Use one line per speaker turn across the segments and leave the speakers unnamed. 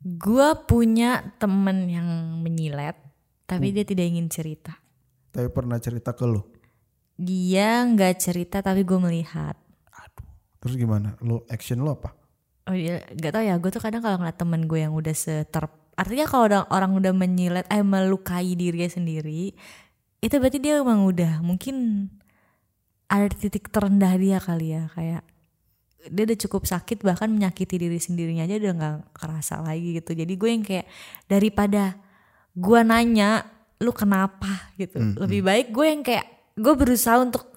Gua punya temen yang menyilet, tapi dia tidak ingin cerita.
Tapi pernah cerita ke lu.
Dia nggak cerita, tapi gue melihat.
Terus gimana? Lu action lu apa?
Oh iya, gak tau ya. Gue tuh kadang kalau ngeliat temen gue yang udah seter, artinya kalau orang, orang udah menyilet, eh melukai dirinya sendiri, itu berarti dia emang udah mungkin ada titik terendah dia kali ya, kayak dia udah cukup sakit bahkan menyakiti diri sendirinya aja udah nggak kerasa lagi gitu. Jadi gue yang kayak daripada gue nanya lu kenapa gitu,
Hmm,
lebih baik gue yang kayak gue berusaha untuk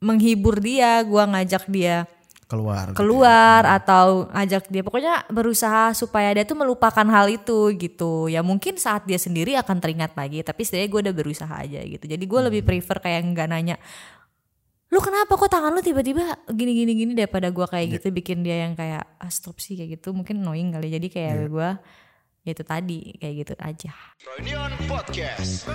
menghibur dia, gue ngajak dia
Keluar. gitu
keluar
ya.
atau ajak dia pokoknya berusaha supaya dia tuh melupakan hal itu gitu ya mungkin saat dia sendiri akan teringat lagi tapi setidaknya gue udah berusaha aja gitu jadi gue lebih
Hmm.
prefer kayak nggak nanya lu kenapa kok tangan lu tiba-tiba gini gini gini daripada gue kayak
Iya.
gitu bikin dia yang kayak ah, stop sih kayak gitu mungkin annoying kali jadi kayak
Iya.
gue ya itu tadi kayak gitu aja
Reunion Podcast.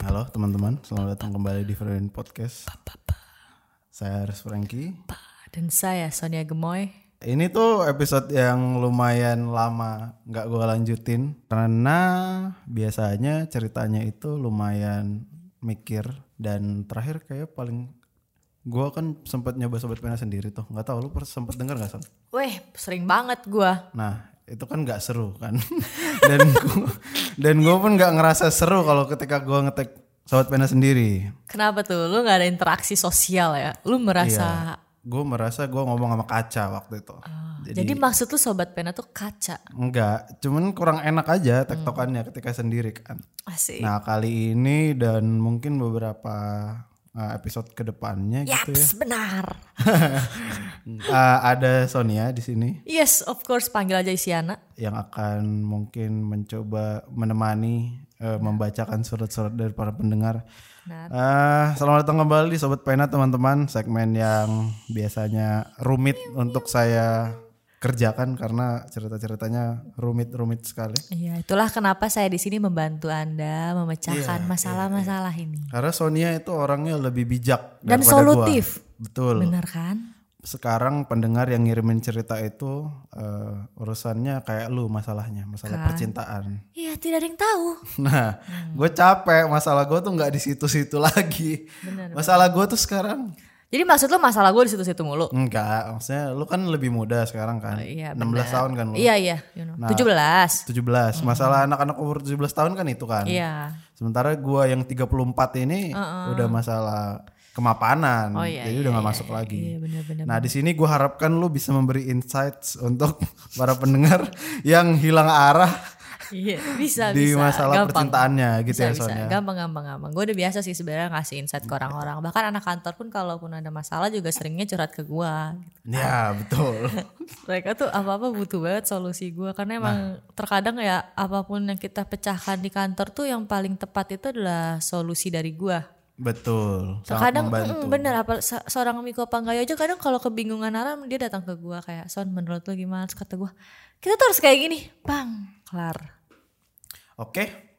Halo teman-teman, selamat datang kembali di Friend Podcast. Saya Aris Franky.
dan saya Sonia Gemoy
Ini tuh episode yang lumayan lama nggak gua lanjutin karena biasanya ceritanya itu lumayan mikir dan terakhir kayak paling gua kan sempat nyoba sobat pena sendiri tuh nggak tahu lu pers- sempet denger nggak Son?
Weh, sering banget gue.
Nah itu kan nggak seru kan dan gua, dan gue pun nggak ngerasa seru kalau ketika gua ngetek sobat pena sendiri.
Kenapa tuh? Lu gak ada interaksi sosial ya? Lu
Iya.
merasa
Gue merasa gua ngomong sama kaca waktu itu.
Ah, Jadi, maksud lu sobat pena tuh kaca.
Enggak, cuman kurang enak aja tektokannya ketika sendiri kan.
Asik.
Nah kali ini dan mungkin beberapa uh, episode kedepannya gitu ya
Yaps, benar.
Uh, ada Sonia di sini
Yes, of course panggil aja Isyana.
yang akan mungkin mencoba menemani uh, membacakan surat-surat dari para pendengar.
Iya. Benar.
Eh, selamat datang kembali di Sobat Pena teman-teman segmen yang biasanya rumit untuk saya kerjakan karena cerita-ceritanya rumit-rumit sekali.
Iya, itulah kenapa saya di sini membantu Anda memecahkan
Iya,
masalah-masalah ini.
Karena Sonia itu orangnya lebih bijak
Dan
daripada gua.
solutif.
Betul.
Benar kan?
Sekarang pendengar yang ngirimin cerita itu eh, urusannya kayak lu masalahnya,
Kan.
masalah percintaan.
Iya, tidak ada yang tahu.
Nah,
Hmm.
gue capek masalah gue tuh nggak di situ-situ lagi. masalah gue tuh sekarang
Jadi maksud lu masalah gue di situ-situ mulu.
enggak, maksudnya lu kan lebih muda sekarang kan.
iya,
16 tahun kan lu.
Iya, iya, you know.
Nah.
17.
17. Masalah anak-anak umur 17 tahun kan itu kan.
Iya.
Sementara gua yang 34 ini udah masalah kemapanan.
Oh, iya,
Hmm, jadi
iya,
udah nggak
iya,
masuk lagi.
Iya, benar-benar.
Nah, di sini gua harapkan lu bisa memberi insights untuk para pendengar yang hilang arah
Iya, bisa
di
bisa.
masalah
Gampang.
percintaannya
bisa,
gitu ya
bisa.
Sonia.
Gampang, gampang, gampang. Gue udah biasa sih sebenarnya ngasih insight
Iya.
ke orang-orang. Bahkan anak kantor pun kalaupun ada masalah juga seringnya curhat ke gue.
Ya, betul.
Mereka tuh apa-apa butuh banget solusi gue. Karena emang
Nah.
terkadang ya apapun yang kita pecahkan di kantor tuh yang paling tepat itu adalah solusi dari gue.
betul. Sangat
Terkadang
membantu.
mm, bener apa se- seorang Miko Panggayo aja kadang kalau kebingungan Aram dia datang ke gue kayak Son menurut lo gimana? Terus kata gue kita tuh harus kayak gini. Bang, kelar.
Oke.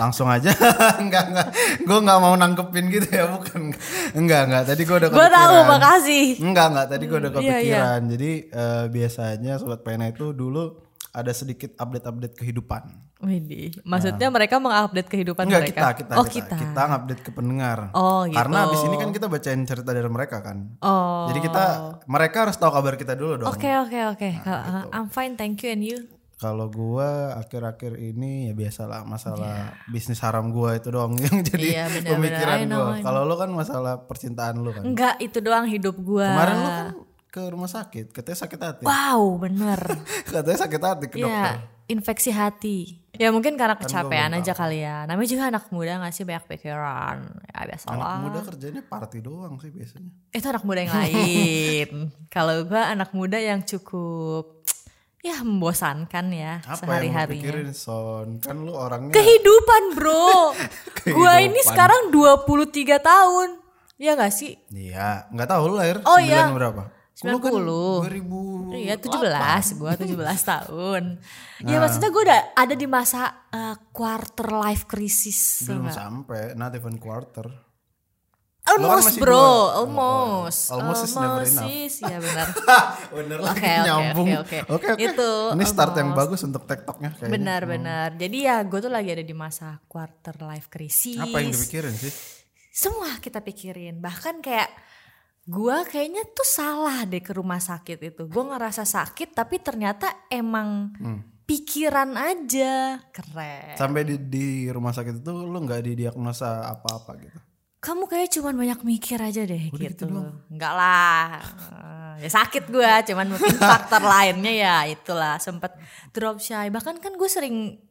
Langsung aja. enggak, enggak. Gua nggak mau nangkepin gitu ya, bukan. Enggak, enggak. Tadi gua udah
Gue tahu,
kepikiran.
makasih.
Enggak, enggak. Tadi gue udah
Hmm, iya,
kepikiran.
iya.
Jadi eh, biasanya Sobat Pena itu dulu ada sedikit update-update kehidupan.
Widih, maksudnya mereka mengupdate kehidupan
Nah. Enggak,
mereka.
kita, kita,
oh
kita.
kita.
Kita update ke pendengar.
Oh, gitu.
Karena abis ini kan kita bacain cerita dari mereka kan.
Oh.
Jadi kita, mereka harus tahu kabar kita dulu dong.
Oke oke oke.
Nah,
Uh,
gitu.
I'm fine, thank you and you.
Kalau gua akhir-akhir ini ya biasalah masalah bisnis haram gua itu doang yang jadi
Iya, benar-benar.
pemikiran
I know,
gua.
I know.
Kalau lu kan masalah percintaan lu kan.
Enggak, itu doang hidup gua.
Kemarin lu kan ke rumah sakit, katanya sakit hati.
Wow, bener.
Katanya sakit hati ke dokter.
Iya, infeksi hati. Ya mungkin karena kecapean aja kali ya. Namanya juga anak muda nggak sih banyak pikiran. Ya
Anak
biasalah.
muda kerjanya party doang sih biasanya.
Itu anak muda yang lain. Kalau gua anak muda yang cukup ya membosankan ya
Apa yang lu
sehari-harinya.
pikirin Son? Kan lu orangnya
Kehidupan bro. Gua ini
Kehidupan.
sekarang 23 tahun. Ya gak sih?
Iya, nggak tahu lu lahir
Oh,
sembilan
iya.
berapa? Lu kan
90.
2000
Iya 17 gue 17 tahun
Nah.
Ya maksudnya gue udah ada di masa eh, quarter life crisis tau
belum
nggak?
sampai not even quarter
Almost
masih
bro
dua.
Almost
Oh, almost is never enough.
is ya benar
bener
lagi,
lagi
Oke, oke,
nyambung
nyambung. oke, oke. Oke, oke. Itu,
ini start yang
almost.
bagus untuk tektoknya kayaknya
Benar benar Jadi ya gue tuh lagi ada di masa quarter life crisis
apa yang dipikirin sih
Eh. semua kita pikirin bahkan kayak gua kayaknya tuh salah deh ke rumah sakit itu gua ngerasa sakit tapi ternyata emang
Hmm.
pikiran aja keren
sampai di, di rumah sakit itu lu nggak didiagnosa apa-apa gitu
kamu kayak cuman banyak mikir aja deh
Udah gitu
gitu,
doang.
enggak lah ya sakit gua cuman mungkin faktor lainnya ya itulah sempet drop shy bahkan kan gue sering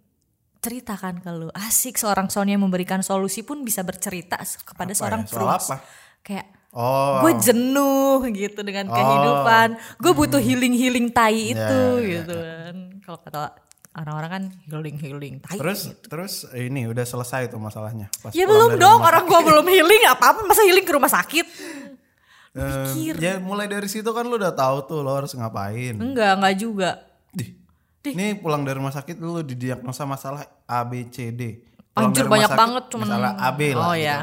ceritakan ke lu asik seorang Sony yang memberikan solusi pun bisa bercerita kepada
Apa
seorang
ya? soal
Frunz.
apa
kayak
oh
gue jenuh gitu dengan
Oh. Hmm.
kehidupan gue butuh healing healing tai itu
Ya, ya, ya,
gitu kan kalau kata orang-orang kan healing healing tai
terus terus ini udah selesai tuh masalahnya pas
ya
pulang
belum
dari
dong
rumah
orang gue belum healing apa apa masa healing ke rumah sakit
Ehm,
pikir. Hmm.
ya mulai dari situ kan lu udah tahu tuh lo harus ngapain.
enggak enggak juga
Dih. Ini pulang dari rumah sakit lu didiagnosa masalah A B C D. Pulang
Anjir,
dari rumah
banyak
sakit,
banget cuman-
masalah A B lah.
Oh,
gitu.
ya.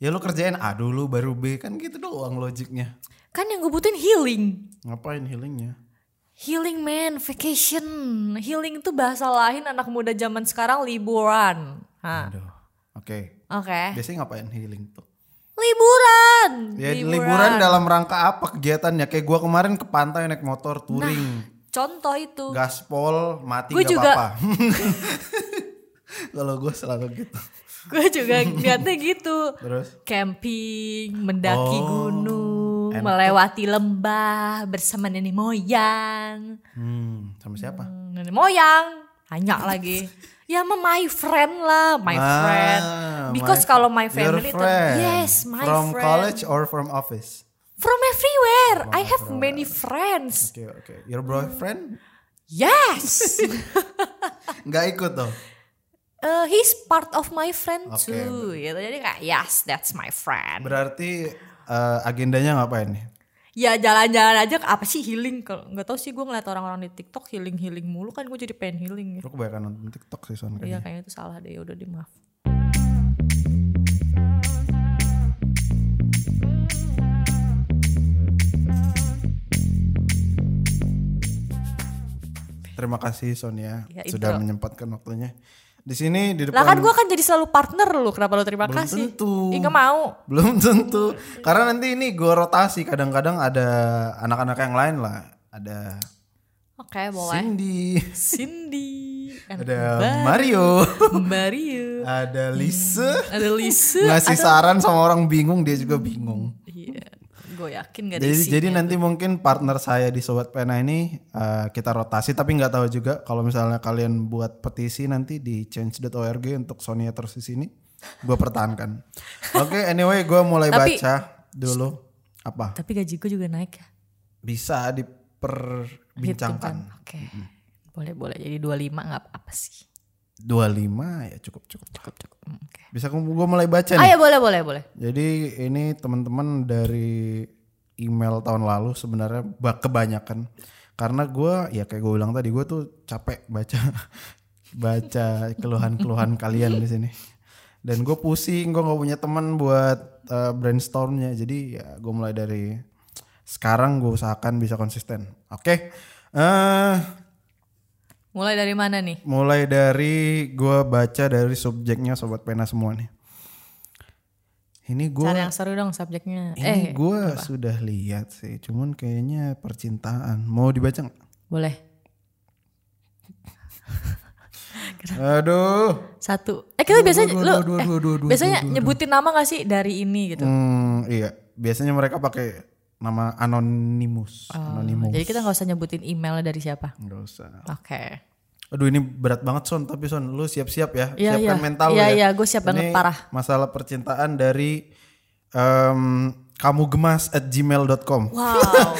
Ya lu kerjain A dulu baru B kan gitu doang logiknya.
kan yang gue butuhin healing
Ngapain healingnya?
healing man vacation healing itu bahasa lain anak muda zaman sekarang liburan Hah,
Aduh. Oke.
oke
Biasanya ngapain healing tuh?
liburan
Ya liburan dalam rangka apa kegiatannya? Kayak gua kemarin ke pantai naik motor touring.
contoh itu
Gaspol mati
Nah, oh. Gua
nggak
juga.
apa-apa. Kalau gue selalu gitu.
gue juga liatnya gitu
Terus
camping, mendaki
Oh,
gunung,
enak tuh.
melewati lembah bersama nenek moyang.
Hmm, sama siapa?
Hmm, Nenek moyang, hanya lagi. Ya sama my friend lah, my
Ah,
friend. Because
my-
kalau my
your
family itu
friend.
yes, my
from
friend.
college or from office.
From everywhere. I have many friends.
Oke oke. Your boyfriend
Yes.
nggak ikut tuh.
Uh, he's part of my friend
Oke,
too. Gitu. Jadi kayak yes, that's my friend.
Berarti eh, agendanya ngapain nih?
ya jalan-jalan aja apa sih healing kalau nggak tahu sih gue ngeliat orang-orang di TikTok healing healing mulu kan gue jadi pengen healing ya
Lu kebanyakan nonton TikTok sih Son
iya kayaknya
kayaknya.
itu salah deh udah di maaf
Terima kasih Sonia
Iya, itu.
sudah menyempatkan waktunya. Di sini di depan.
lah kan gue kan jadi selalu partner lu kenapa lu terima
Belum
kasih
tentu.
Ih, nggak mau
Belum tentu. Karena nanti ini gue rotasi. Kadang-kadang ada anak-anak yang lain lah. Ada
oke boleh
Cindy,
Cindy anak
ada
Mbak,
Mario,
Mario
ada Lisa.
ada Lisa
Ngasih saran sama orang bingung dia juga bingung.
iya gue yakin gak ada
Jadi
isinya.
jadi nanti mungkin partner saya di Sobat Pena ini eh, kita rotasi tapi nggak tahu juga kalau misalnya kalian buat petisi nanti di change.org untuk Sonia terus di sini gue pertahankan. Oke anyway gue mulai
Tapi-
baca dulu apa
tapi gaji gue juga naik ya
bisa
Gitu
diperbincangkan.
kan. oke boleh boleh jadi 25 nggak apa-apa sih
25 ya cukup cukup.
cukup cukup Hmm, oke
Bisa gue mulai baca nih.
ayo boleh boleh boleh
Jadi ini teman-teman dari email tahun lalu sebenarnya ba- kebanyakan karena gua ya kayak gue bilang tadi gue tuh capek baca baca keluhan-keluhan kalian di sini dan gue pusing gue nggak punya teman buat eh, brainstormnya jadi ya gue mulai dari sekarang gue usahakan bisa konsisten oke eh
mulai dari mana nih
mulai dari gua baca dari subjeknya sobat pena semua nih ini gue
Cari yang seru dong subjeknya.
Ini
eh,
gue sudah lihat sih, cuman kayaknya percintaan. Mau dibaca nggak?
boleh.
Aduh.
Satu. Eh, kita biasanya
dua,
lu
dua, dua,
eh,
dua, dua, dua,
biasanya
dua, dua,
nyebutin nama gak sih dari ini gitu.
Hmm, iya. Biasanya mereka pakai nama anonimus. anonimus.
Oh, Jadi kita nggak usah nyebutin emailnya dari siapa.
Nggak usah.
Oke.
Aduh ini berat banget Son, tapi Son lu siap-siap ya.
Iya,
Siapkan
iya.
mental lu
Iya,
ya.
iya, gua siap banget,
Ini
parah.
Masalah percintaan dari kamu gemas at gmail.com.
Wow.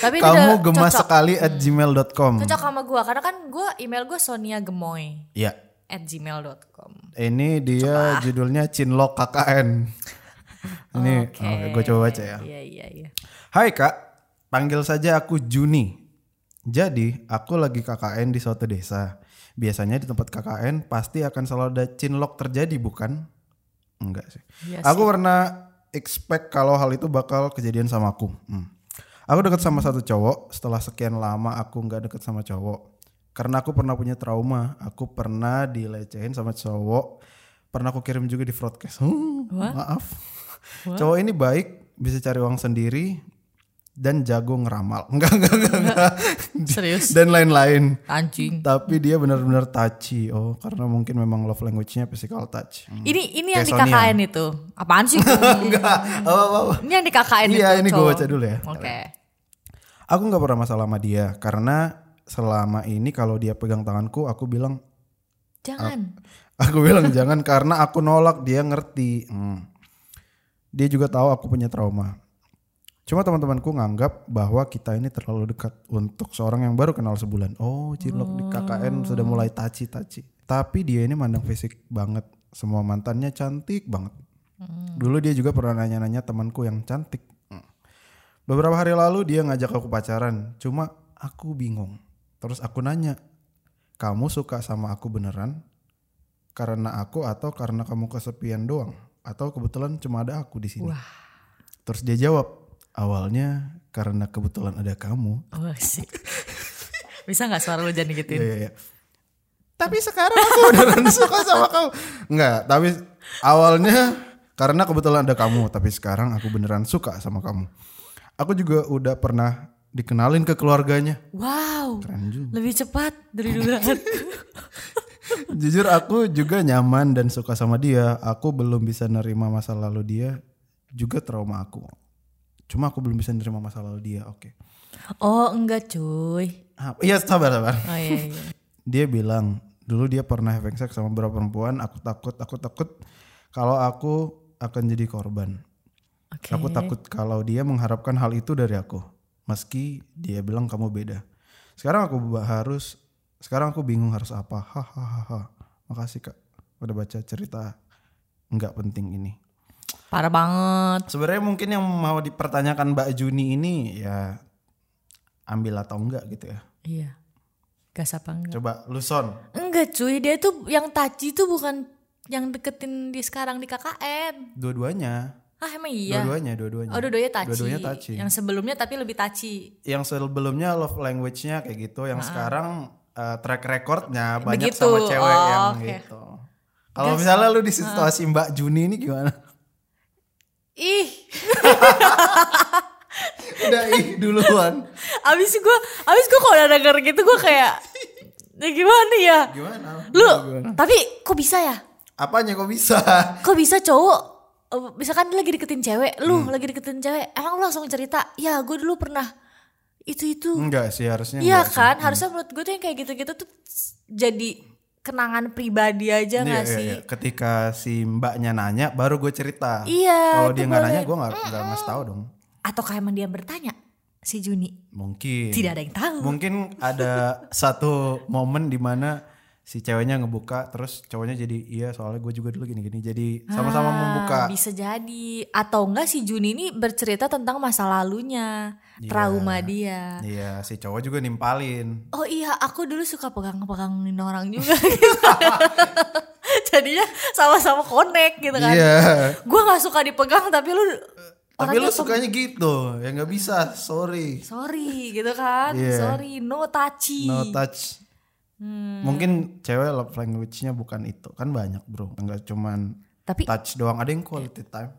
Tapi ini
Kamu
udah
gemas
cocok. Hmm.
sekali at gmail.com.
Cocok sama gue karena kan gue email gue Sonia Gemoy
Iya.
at gmail.com.
Ini dia judulnya Cinlok KKN. Ini gue coba baca ya.
Iya iya iya.
Hai Kak, panggil saja aku Juni. Jadi aku lagi KKN di suatu desa. Biasanya di tempat KKN pasti akan selalu ada cinlok terjadi bukan? Enggak sih.
Iya
Aku pernah expect kalau hal itu bakal kejadian sama aku. Hmm. Aku deket sama satu cowok. Setelah sekian lama aku nggak deket sama cowok. Karena aku pernah punya trauma. Aku pernah dilecehin sama cowok. Pernah aku kirim juga di broadcast. Hmm,
Wah.
maaf. Cowok ini baik, bisa cari uang sendiri dan jago ngeramal. Enggak, enggak, enggak. enggak.
Serius?
dan lain-lain.
Anjing.
Tapi dia benar-benar touchy. Oh, karena mungkin memang love language-nya physical touch. Hmm.
Ini ini yang di
Kayak Sonia.
KKN itu. Apaan sih?
Enggak, apa-apa.
ini yang di KKN itu.
Iya, ini gua
cowok.
baca dulu ya.
Oke.
Aku nggak pernah masalah sama dia karena selama ini kalau dia pegang tanganku aku bilang
Jangan.
aku bilang jangan karena aku nolak dia ngerti. Hmm. Dia juga tahu aku punya trauma. Cuma teman-temanku nganggap bahwa kita ini terlalu dekat untuk seorang yang baru kenal sebulan. Oh, cilok di KKN sudah mulai taci-taci. Tapi dia ini mandang fisik banget. Semua mantannya cantik banget. Dulu dia juga pernah nanya-nanya temanku yang cantik. Hmm. Beberapa hari lalu dia ngajak aku pacaran. Cuma aku bingung. Terus aku nanya, kamu suka sama aku beneran? Karena aku atau karena kamu kesepian doang? Atau kebetulan cuma ada aku di sini? Terus dia jawab, awalnya karena kebetulan ada kamu.
Wah, sih. Oh, Bisa nggak suara lu jangan
Iya,
digituin?
iya, iya. Tapi sekarang aku beneran suka sama kamu. Enggak, tapi awalnya karena kebetulan ada kamu. Tapi sekarang aku beneran suka sama kamu. Aku juga udah pernah dikenalin ke keluarganya.
Wow.
Keren juga.
Lebih cepat dari dugaan.
Jujur aku juga nyaman dan suka sama dia. Aku belum bisa nerima masa lalu dia. Juga trauma aku. Cuma aku belum bisa nerima masa lalu dia. Oke.
oh, enggak cuy.
Ah, Iya sabar sabar.
Oh iya iya.
Dia bilang dulu dia pernah having sex sama beberapa perempuan. Aku takut, aku takut kalau aku akan jadi korban.
Oke.
Aku takut kalau dia mengharapkan hal itu dari aku. Meski dia bilang kamu beda. Sekarang aku ba- harus sekarang aku bingung harus apa. Hahaha. Makasih Kak udah baca cerita nggak penting ini.
Parah banget.
Sebenarnya mungkin yang mau dipertanyakan Mbak Juni ini ya ambil atau enggak gitu ya.
Iya. Gas apa enggak?
Coba Luson.
Enggak cuy, dia tuh yang taji tuh bukan yang deketin di sekarang di KKN.
Dua-duanya.
Ah emang iya.
Dua-duanya, dua-duanya.
Oh dua-duanya taci.
Dua-duanya touchy.
Yang sebelumnya tapi lebih taci.
Yang sebelumnya love language-nya kayak gitu, yang sekarang eh, track record-nya banyak
Begitu.
sama cewek
Oh,
yang
oke.
gitu. Kalau misalnya lu di situasi Mbak Juni ini gimana?
Ih,
Udah ih duluan.
abis gue, abis gue kalau udah denger gitu gue kayak, ya gimana ya?
Gimana?
Lu,
Gimana?
tapi kok bisa ya?
Apanya kok bisa?
Kok bisa cowok, eh, misalkan lagi deketin cewek, lu
Hmm.
lagi deketin cewek, emang lu langsung cerita, ya gue dulu pernah itu-itu.
Enggak sih harusnya.
Iya
enggak sih.
kan, harusnya menurut gue tuh yang kayak gitu-gitu tuh jadi kenangan pribadi aja
Iya,
gak
iya,
sih?
iya. Ketika si mbaknya nanya, baru gue cerita.
Iya,
Kalau
itu
dia nggak
boleh.
nanya, gue nggak nggak ngasih tahu dong.
Atau kayak emang dia bertanya, si Juni,
Mungkin.
tidak ada yang tahu.
Iya. Mungkin ada satu momen di mana si ceweknya ngebuka, terus cowoknya jadi iya soalnya gue juga dulu gini-gini. Jadi sama-sama
Ah,
membuka.
Bisa jadi atau enggak si Juni ini bercerita tentang masa lalunya, trauma dia.
Iya, si cowok juga nimpalin.
Oh iya, aku dulu suka pegang-pegangin orang juga. gitu. Jadinya sama-sama connect gitu kan.
Iya.
Gua nggak suka dipegang tapi lu
Tapi
orangnya
lu
pem-
sukanya gitu, ya nggak
Hmm.
bisa, sorry.
sorry gitu kan.
Iya.
Sorry, no touchy. Hmm,
No touch. Mungkin cewek love language-nya bukan itu, kan banyak bro. Enggak cuman
tapi
touch doang, ada yang quality time.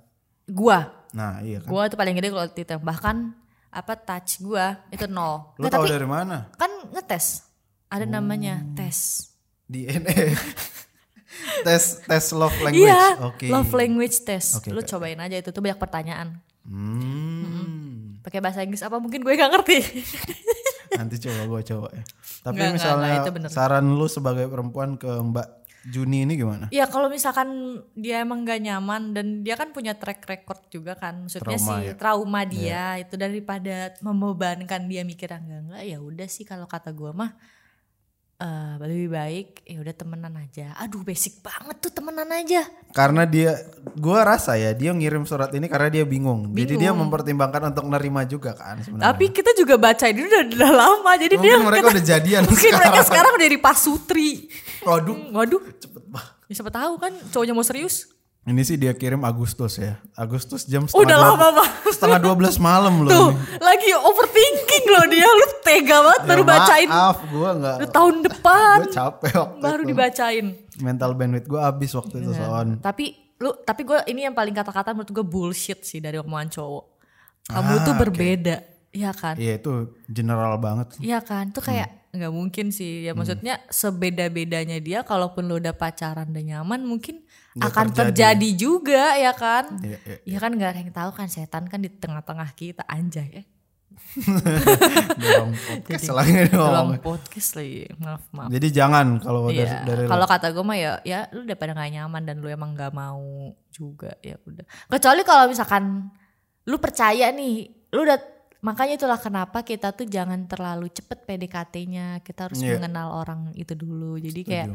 gua,
Nah iya kan.
gua tuh paling gede kalau titik bahkan apa touch gua itu nol.
Lu
Nggak,
tahu
tapi
dari mana?
kan ngetes. Ada namanya
Hmm.
tes.
DNA. tes tes love language.
Iya,
Oke.
love language test.
Oke,
Lu
oke,
cobain aja itu tuh banyak pertanyaan.
Hmm.
Pakai bahasa Inggris apa mungkin gue gak ngerti.
Nanti coba gue coba ya.
Nggak,
Tapi
nggak,
misalnya
nggak, itu bener.
saran lu sebagai perempuan ke Mbak Juni ini gimana?
ya kalau misalkan dia emang gak nyaman dan dia kan punya track record juga kan. Maksudnya
Trauma
sih
ya. Iya.
trauma dia itu "Ah, daripada membebankan dia mikir enggak enggak ya udah sih kalau kata gue mah eh, lebih baik ya udah temenan aja. Aduh basic banget tuh temenan aja.
Karena dia gua rasa ya dia ngirim surat ini karena dia bingung. Jadi dia mempertimbangkan untuk nerima juga kan sebenarnya.
Tapi kita juga baca ini udah, udah lama jadi dia kan
Mungkin mereka udah jadian
mungkin
sekarang.
mereka sekarang udah di pasutri.
Waduh,
Waduh,
cepet banget.
ya siapa tahu kan cowoknya mau serius.
Ini sih dia kirim Agustus ya. Agustus jam setengah
Udah
dua-
lama banget.
setengah 12 malam loh
Tuh,
ini.
lagi overthinking loh dia. Lu tega banget
Ya,
baru bacain
Maaf, gua enggak.
udah tahun depan
Gua capek waktu
baru Iya.
itu.
dibacain.
Mental bandwidth gua habis waktu itu soal
Tapi lu tapi gue ini yang paling kata-kata menurut gue bullshit sih dari omongan cowok. Kamu tuh berbeda, Iya kan?
Ah, Iya Hmm. itu general banget.
Iya kan? Tuh kayak nggak mungkin sih.
Hmm.
Ya maksudnya sebeda-bedanya dia kalaupun lu udah pacaran dan nyaman mungkin akan terjadi. juga ya kan?
Iya, iya.
Ya kan nggak ada yang tahu kan setan kan di tengah-tengah kita anjay. Eh,
Dorong podcast lagi
dalam
dong.
podcast lagi. Maaf, maaf.
Jadi jangan kalau dari,
Iya,
dari
kalau kata gue mah ya, ya lu udah pada gak nyaman dan lu emang gak mau juga ya udah. Kecuali kalau misalkan lu percaya nih, lu udah makanya itulah kenapa kita tuh jangan terlalu cepet PDKT-nya, kita harus
Iya.
mengenal orang itu dulu. Jadi
Setuju.
kayak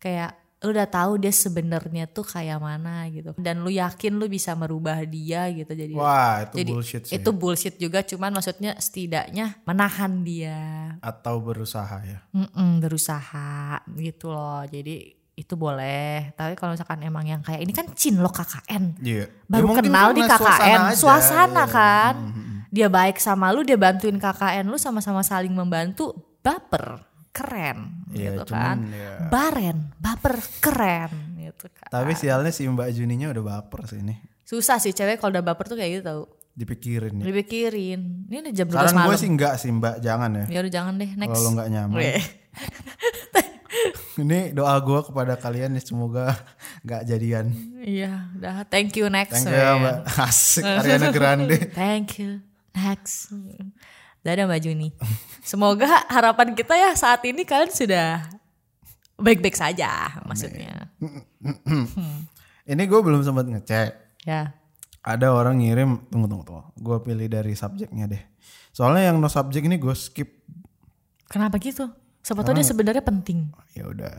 kayak lu udah tahu dia sebenarnya tuh kayak mana gitu dan lu yakin lu bisa merubah dia gitu jadi
Wah, itu
jadi
bullshit sih.
itu bullshit juga cuman maksudnya setidaknya menahan dia
atau berusaha ya.
Mm-mm, berusaha gitu loh. Jadi itu boleh. Tapi kalau misalkan emang yang kayak ini kan cinlok KKN.
Iya. Ya,
Baru
mungkin
kenal di
karena
KKN, suasana,
aja, iya.
kan.
Mm, mm, mm.
Dia baik sama lu, dia bantuin KKN lu sama-sama saling membantu, baper, keren
Iya,
gitu
cuman
kan.
ya.
Baren, baper, keren gitu kan.
Tapi sialnya si Mbak Juninya udah baper sih ini.
Susah sih cewek kalau udah baper tuh kayak gitu tau.
Dipikirin ya.
Dipikirin. Ini udah jam 12
Saran
malam.
gue sih enggak sih Mbak, jangan ya.
Ya udah jangan deh, next.
Kalau nggak nyaman.
Weh.
Ini doa gue kepada kalian nih semoga nggak jadian.
Iya, udah thank you next.
Thank you
weh.
ya Mbak. Asik Ariana Grande.
Thank you. Next. Dadah Mbak Juni. Semoga harapan kita ya saat ini kalian sudah baik-baik saja maksudnya.
Ini gue belum sempat ngecek.
Ya.
Ada orang ngirim, tunggu tunggu tunggu. Gue pilih dari subjeknya deh. Soalnya yang no subjek ini gue skip.
Kenapa gitu? Siapa tahu dia sebenarnya penting.
Ya udah.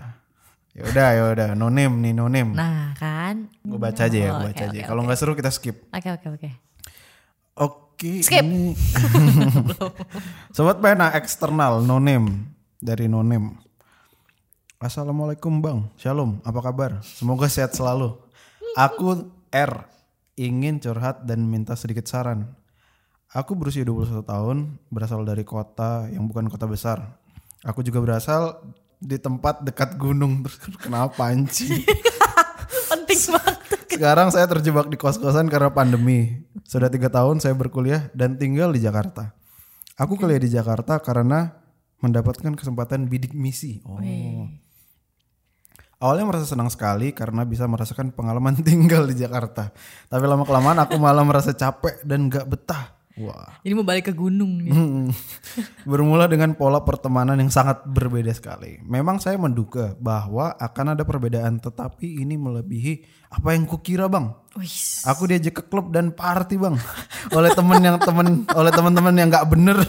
Ya udah, ya udah. No name nih, no name.
Nah, kan.
Gue Hmm. baca aja ya,
Oh,
gue
oke,
baca aja.
oke,
Kalau nggak seru kita skip.
Oke, oke, oke.
Oke.
Skip.
ini- Sobat pena eksternal no name dari no name. Assalamualaikum Bang. Shalom. Apa kabar? Semoga sehat selalu. Aku R ingin curhat dan minta sedikit saran. Aku berusia 21 tahun, berasal dari kota yang bukan kota besar. Aku juga berasal di tempat dekat gunung. Terus Kenapa anjing?
Penting banget.
Sekarang saya terjebak di kos-kosan karena pandemi. Sudah tiga tahun saya berkuliah dan tinggal di Jakarta. Aku kuliah di Jakarta karena mendapatkan kesempatan bidik misi. Oh. Awalnya merasa senang sekali karena bisa merasakan pengalaman tinggal di Jakarta. Tapi lama kelamaan aku malah merasa capek dan gak betah. Wah.
Jadi mau balik ke gunung nih.
Hmm. Bermula dengan pola pertemanan yang sangat berbeda sekali. Memang saya menduga bahwa akan ada perbedaan, tetapi ini melebihi apa yang kukira, Bang.
Wih.
Aku diajak ke klub dan party bang oleh temen yang temen oleh teman-teman yang nggak bener.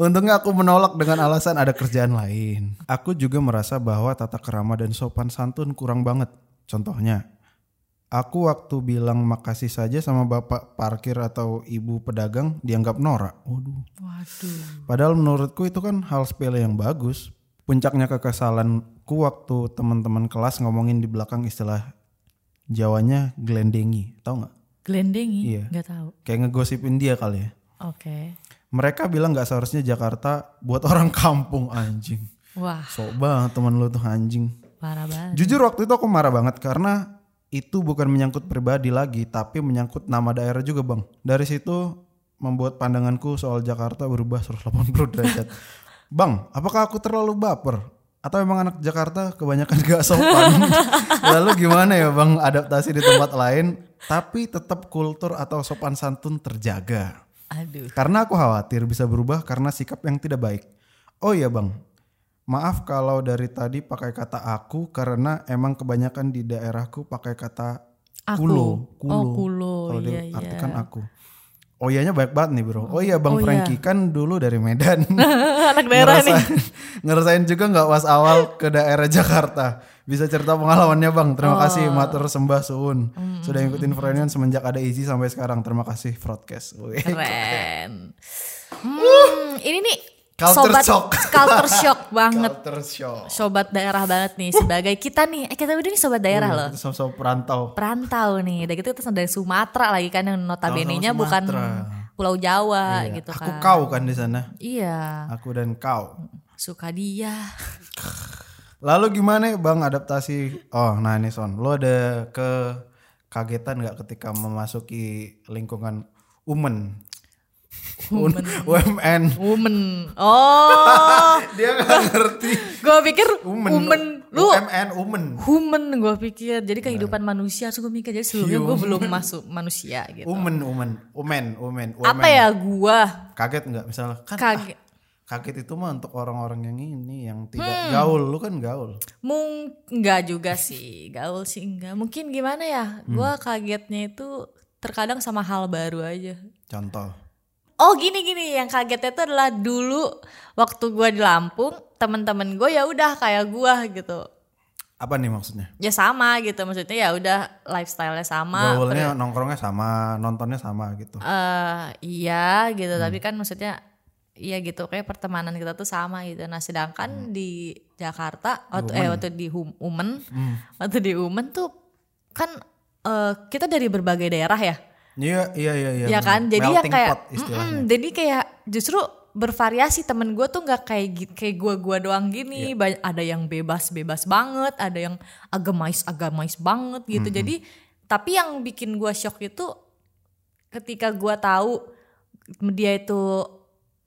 Untungnya aku menolak dengan alasan ada kerjaan lain. Aku juga merasa bahwa tata kerama dan sopan santun kurang banget. Contohnya, aku waktu bilang makasih saja sama bapak parkir atau ibu pedagang dianggap norak. Waduh.
Waduh.
Padahal menurutku itu kan hal sepele yang bagus. Puncaknya kekesalanku waktu teman-teman kelas ngomongin di belakang istilah Jawanya glendengi, tau nggak?
Glendengi?
Iya.
Nggak tahu.
kayak ngegosipin dia kali ya.
Oke.
Mereka bilang nggak seharusnya Jakarta buat orang kampung anjing.
Wah,
Sok banget teman lu tuh anjing.
parah banget.
Jujur waktu itu aku marah banget karena itu bukan menyangkut pribadi lagi tapi menyangkut nama daerah juga bang. Dari situ membuat pandanganku soal Jakarta berubah 180 derajat. bang, apakah aku terlalu baper? Atau emang anak Jakarta kebanyakan gak sopan? Lalu gimana ya bang adaptasi di tempat lain tapi tetap kultur atau sopan santun terjaga?
Aduh.
Karena aku khawatir bisa berubah karena sikap yang tidak baik. Oh iya bang, maaf kalau dari tadi pakai kata aku karena emang kebanyakan di daerahku pakai kata
Aku.
kulo.
Oh, kulo.
Kalau
Iya, iya.
diartikan aku. Oh iyanya banyak banget nih bro. Oh iya
Oh
Bang
iya.
Franky kan dulu dari Medan.
Anak daerah nih.
Ngerasain- ngerasain juga nggak was awal ke daerah Jakarta. Bisa cerita pengalamannya Bang.
Oh.
Terima kasih Matur Sembah Suun. Sudah ngikutin Frenion semenjak ada Izzy sampai sekarang. Terima kasih broadcast. Wih.
Keren. Hmm, ini nih
Uh, Culture
sobat
shock.
culture shock banget.
Culture shock.
Sobat daerah banget nih sebagai kita nih. Eh kita udah nih sobat daerah loh.
Kita Sosok perantau.
Perantau nih. Udah gitu kita dari Sumatera lagi kan yang notabene-nya
Sama-sama
bukan
Sumatera. Iya,
Pulau Jawa gitu
Aku
kan.
kau kan di sana.
Iya,
Aku dan kau.
suka dia.
Lalu gimana Bang adaptasi? Oh, nah ini Son, lo ada ke kagetan nggak ketika memasuki lingkungan Umen? Un- UMN.
Woman. Oh,
Dia nggak ngerti.
gue pikir
Umen.
woman. Lu
UMN Umen.
human gue pikir jadi kehidupan
Iya.
manusia terus gue mikir jadi sebelumnya gue belum masuk manusia gitu
Umen, Umen, Umen, Umen, Umen.
apa ya gue
Kaget nggak misalnya? Kan
kaget
kaget itu mah untuk orang-orang yang ini yang tidak
Hmm.
gaul. Lu kan gaul.
mung nggak juga sih gaul sih enggak mungkin gimana ya gue kagetnya itu terkadang sama hal baru aja
Contoh.
Oh gini gini yang kagetnya itu adalah dulu waktu gue di Lampung temen-temen gue ya udah kayak gue gitu
Apa nih maksudnya?
ya sama gitu maksudnya ya udah lifestyle-nya sama
Gaulnya nongkrongnya sama, nontonnya sama gitu.
eh iya gitu tapi kan maksudnya iya gitu kayak pertemanan kita tuh sama gitu nah sedangkan di Jakarta waktu eh waktu di hum, Umen
Hmm.
waktu di Umen tuh kan eh, kita dari berbagai daerah ya
Iya, iya, iya, iya.
ya kan
bener.
jadi ya
Melting
kayak
pot istilahnya.
mm-mm, jadi kayak justru bervariasi temen gue tuh nggak kayak gitu kayak gue gue doang gini
Iya.
Banyak- ada yang bebas bebas banget ada yang agamais agamais banget gitu jadi tapi yang bikin gue shock itu ketika gue tahu dia itu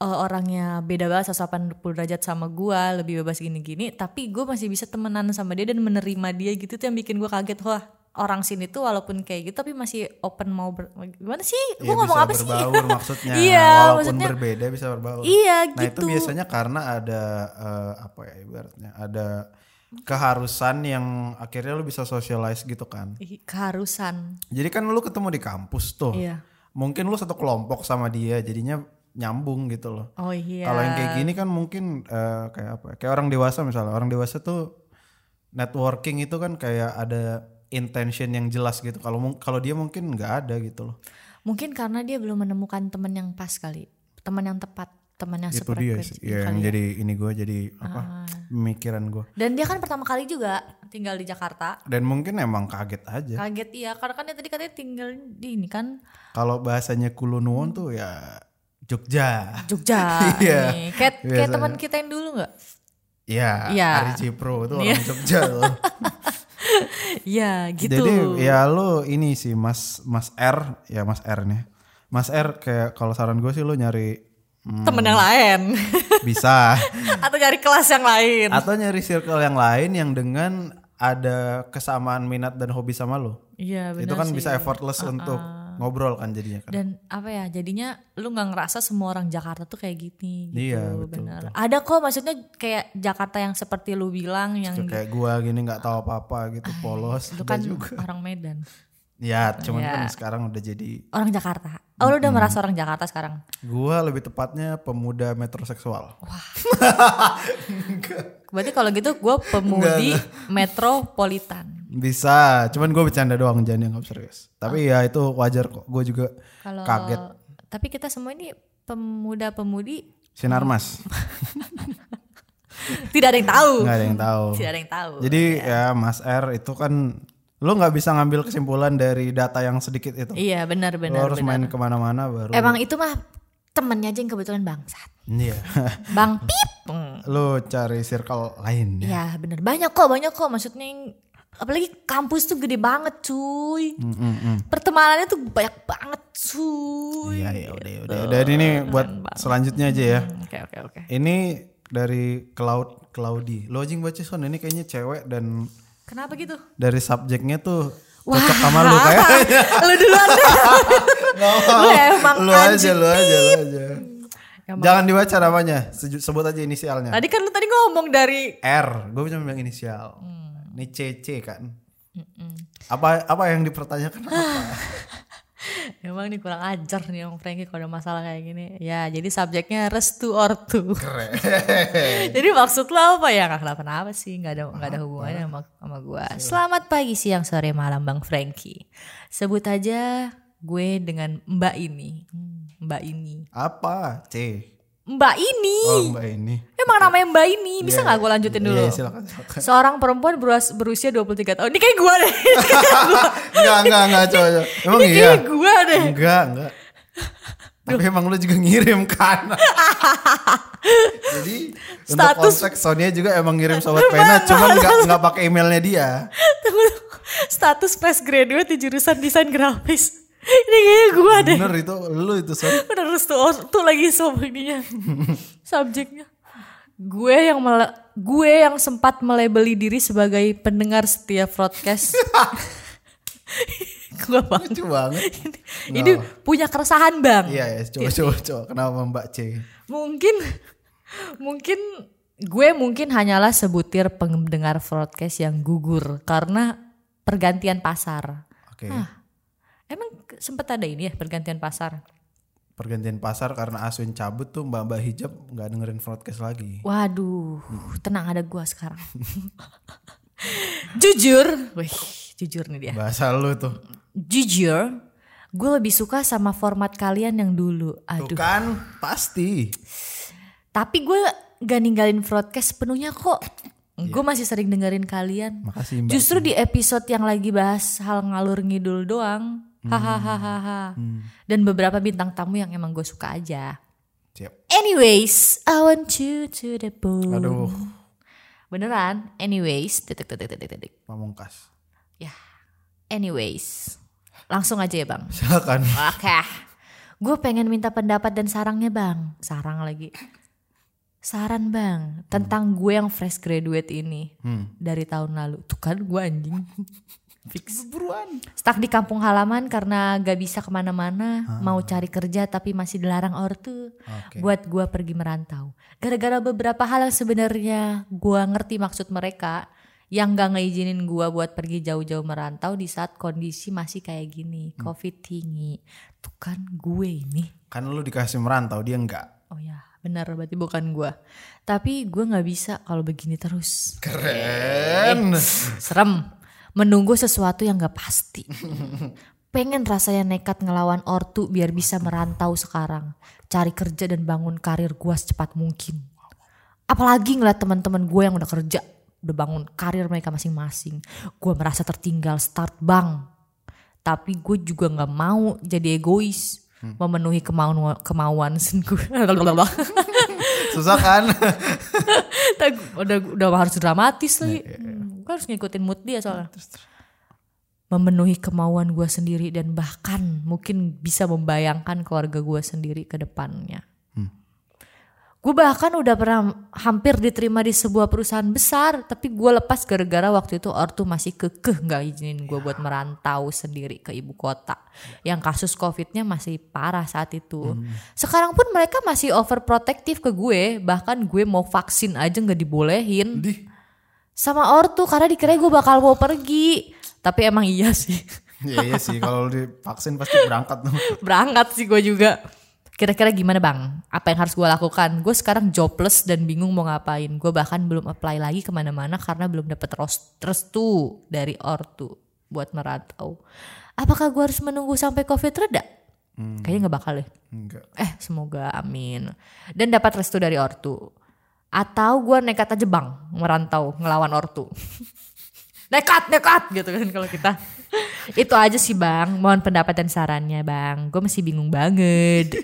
eh, orangnya beda banget 180 derajat sama gue lebih bebas gini-gini tapi gue masih bisa temenan sama dia dan menerima dia gitu tuh yang bikin gue kaget wah orang sini tuh walaupun kayak gitu tapi masih open mau ber- gimana sih gue
Iya,
ngomong
bisa
apa sih
berbaur maksudnya.
Iya,
Walaupun
maksudnya-
berbeda bisa berbaur.
iya
nah itu
gitu
biasanya karena ada eh, apa ya ibaratnya ada keharusan yang akhirnya lu bisa socialize gitu kan.
Ih, keharusan
Jadi kan lu ketemu di kampus tuh.
iya
Mungkin lu satu kelompok sama dia jadinya nyambung gitu loh.
oh iya
Kalau yang kayak gini kan mungkin eh, kayak apa? ya, Kayak orang dewasa misalnya. Orang dewasa tuh networking itu kan kayak ada intention yang jelas gitu. Kalau mung- kalau dia mungkin nggak ada gitu loh.
mungkin karena dia belum menemukan temen yang pas kali teman yang tepat teman yang
itu dia
sefrekuensi
sih
kali
ya, yang
ya. Ah.
jadi ini gue jadi apa pemikiran gue
dan dia kan pertama kali juga tinggal di Jakarta
dan mungkin emang kaget aja
kaget iya karena kan dia tadi katanya tinggal di ini kan
kalau bahasanya kulunuon tuh ya Jogja
Jogja
Iya,
nih. kayak kayak
biasanya.
teman kita yang dulu nggak
ya
Iya.
Ari Cipro itu orang Jogja loh
iya gitu
jadi ya lo ini sih Mas Mas R ya Mas R nih Mas R kayak kalau saran gue sih lo nyari hmm,
temen yang lain
bisa
atau dari kelas yang lain
atau nyari circle yang lain yang dengan ada kesamaan minat dan hobi sama lo
iya benar
itu kan
sih.
bisa effortless untuk ngobrol kan jadinya kan
dan apa ya jadinya lu nggak ngerasa semua orang Jakarta tuh kayak gini gitu
Iya, betul,
benar ada kok maksudnya kayak Jakarta yang seperti lu bilang yang
Tuh, kayak gua gini nggak tahu apa-apa gitu polos
lu
ada
kan
juga
orang Medan
ya cuman
Ya.
kan sekarang udah jadi
orang Jakarta oh lu
Hmm.
udah merasa orang Jakarta sekarang
gua lebih tepatnya pemuda metroseksual
Oh. berarti kalau gitu gue pemudi metropolitan
bisa cuman gua bercanda doang jangan dianggap serius tapi
Ah.
ya itu wajar kok gua juga
Kalau
kaget
tapi kita semua ini pemuda-pemudi
sinarmas
tidak ada yang tahu.
nggak ada yang tahu
Tidak ada yang tahu.
jadi
iya.
ya Mas R itu kan lu nggak bisa ngambil kesimpulan dari data yang sedikit itu
iya benar
Lu
benar.
harus
benar.
main kemana-mana baru
Emang itu mah temennya aja yang kebetulan bangsat.
iya
Bang Pip. Hmm.
lu cari circle lain ya.
Iya benar. Banyak kok, banyak kok maksudnya yang- apalagi kampus tuh gede banget, cuy.
Mm, mm, mm.
Pertemanannya tuh banyak banget, cuy.
Iya ya udah udah. Dan ini buat selanjutnya aja ya.
Hmm, Oke, oke, oke.
Ini dari Cloud Cloudy. Lo anjing baca son ini kayaknya cewek dan
Kenapa gitu?
dari subjeknya tuh cocok sama lu kayaknya.
lu duluan deh. lu emang
lu
anjing.
aja, lu aja, lu aja.
Emang-
Jangan dibaca namanya. Seju- Sebut aja inisialnya.
Tadi kan lu tadi ngomong dari
R. Gue bisa bilang inisial.
Hmm.
Ini CC kan. Apa apa yang dipertanyakan? apa?
Emang nih kurang ajar nih Om Franky kalau ada masalah kayak gini. Ya, jadi subjeknya restu ortu. jadi maksud lo apa ya? Gak kenapa-napa sih, gak ada nggak ada hubungannya sama sama gua. Selamat pagi, siang, sore, malam Bang Franky. Sebut aja gue dengan Mbak ini. Hmm, Mbak ini.
Apa? C.
Mbak ini.
Oh, Mbak ini.
Emang namanya Mbak ini. Bisa
Iya,
nggak gue lanjutin
iya,
dulu?
Iya, silakan. silakan.
Seorang perempuan beruas- berusia 23 tahun. Ini kayak gue deh.
Enggak, enggak, enggak, coba. coba. Emang
Ini
iya?
kayak gue deh.
Enggak, enggak. Tapi emang lu juga ngirim kan. Jadi untuk
Status-
konteks Sonia juga emang ngirim sobat pena, cuman enggak enggak pakai emailnya dia.
Tunggu, tunggu. status fresh graduate di jurusan desain grafis. Ini kayaknya gue deh.
Bener itu lu itu Son.
Bener tuh, tuh oh, lagi sobeknya. Subjeknya. Gue yang mele- gue yang sempat melebeli diri sebagai pendengar setiap podcast. gue bang.
Lucu banget. Nah,
Ini, ini punya keresahan bang.
Iya, ya, coba coba coba kenapa Mbak C?
mungkin mungkin gue mungkin hanyalah sebutir pendengar podcast yang gugur karena pergantian pasar.
Oke.
Ah. Emang sempet ada ini ya pergantian pasar?
Pergantian pasar karena Aswin cabut tuh Mbak Mbak hijab nggak dengerin
Oh,
podcast lagi.
Waduh, tenang ada gue sekarang. jujur, wih, jujur nih dia.
Bahasa lu tuh.
Jujur, gue lebih suka sama format kalian yang dulu.
Tuh
Aduh,
kan pasti.
tapi gue gak ninggalin broadcast sepenuhnya kok. Gue masih sering dengerin kalian.
Makasih Mbak.
Justru di episode yang lagi bahas hal ngalur ngidul doang, hahaha, dan beberapa bintang tamu yang emang gue suka aja.
Siap.
Anyways, I want you to the bone.
Aduh,
Beneran? Anyways, titik titik titik titik.
pamungkas.
Ya. Anyways. Langsung aja ya, Bang.
Silakan.
Oke. Gue pengen minta pendapat dan sarangnya, Bang. Sarang lagi. Saran, Bang, tentang gue yang fresh graduate ini
Hmm.
dari tahun lalu. Tuh kan gue anjing. Fix.
Buruan.
Stuck di kampung halaman karena gak bisa kemana-mana. Mau cari kerja tapi masih dilarang ortu.
Oke.
Buat gue pergi merantau. Gara-gara beberapa hal yang sebenarnya gue ngerti maksud mereka. Yang gak ngeizinin gue buat pergi jauh-jauh merantau di saat kondisi masih kayak gini. Covid tinggi. Tuh kan gue ini.
Kan lu dikasih merantau, dia enggak.
Oh ya benar berarti bukan gue. Tapi gue gak bisa kalau begini terus.
Keren.
Serem. Menunggu sesuatu yang gak pasti. Pengen rasanya nekat ngelawan ortu biar bisa merantau sekarang. Cari kerja dan bangun karir gua secepat mungkin. Apalagi ngeliat teman-teman gue yang udah kerja. Udah bangun karir mereka masing-masing. Gue merasa tertinggal start bang. Tapi gue juga gak mau jadi egois. Memenuhi kemauan kemauan sen gue.
Susah kan?
Tag- udah udah harus dramatis lagi. Hmm, gue harus ngikutin mood dia soalnya. Memenuhi kemauan gue sendiri dan bahkan mungkin bisa membayangkan keluarga gue sendiri ke depannya. Gue bahkan udah pernah hampir diterima di sebuah perusahaan besar, tapi gue lepas gara-gara waktu itu ortu masih kekeh nggak izinin gue buat merantau sendiri ke ibu kota. Yang kasus covidnya masih parah saat itu. Sekarang pun mereka masih overprotective ke gue, bahkan gue mau vaksin aja nggak dibolehin
Di.
sama ortu karena dikira gue bakal mau pergi. Tapi emang iya sih.
Iya iya sih, kalau lu divaksin pasti berangkat tuh.
berangkat sih gue juga. Kira-kira gimana bang? Apa yang harus gue lakukan? Gue sekarang jobless dan bingung mau ngapain. Gue bahkan belum apply lagi kemana-mana karena belum dapet ros- restu dari ortu buat merantau. Apakah gue harus menunggu sampai covid reda? Kayaknya nggak bakal deh.
Enggak.
Eh semoga amin. Dan dapat restu dari ortu. Atau gue nekat aja bang merantau ngelawan ortu. nekat nekat gitu kan kalau kita. Itu aja sih bang. Mohon pendapat dan sarannya bang. Gue masih bingung banget.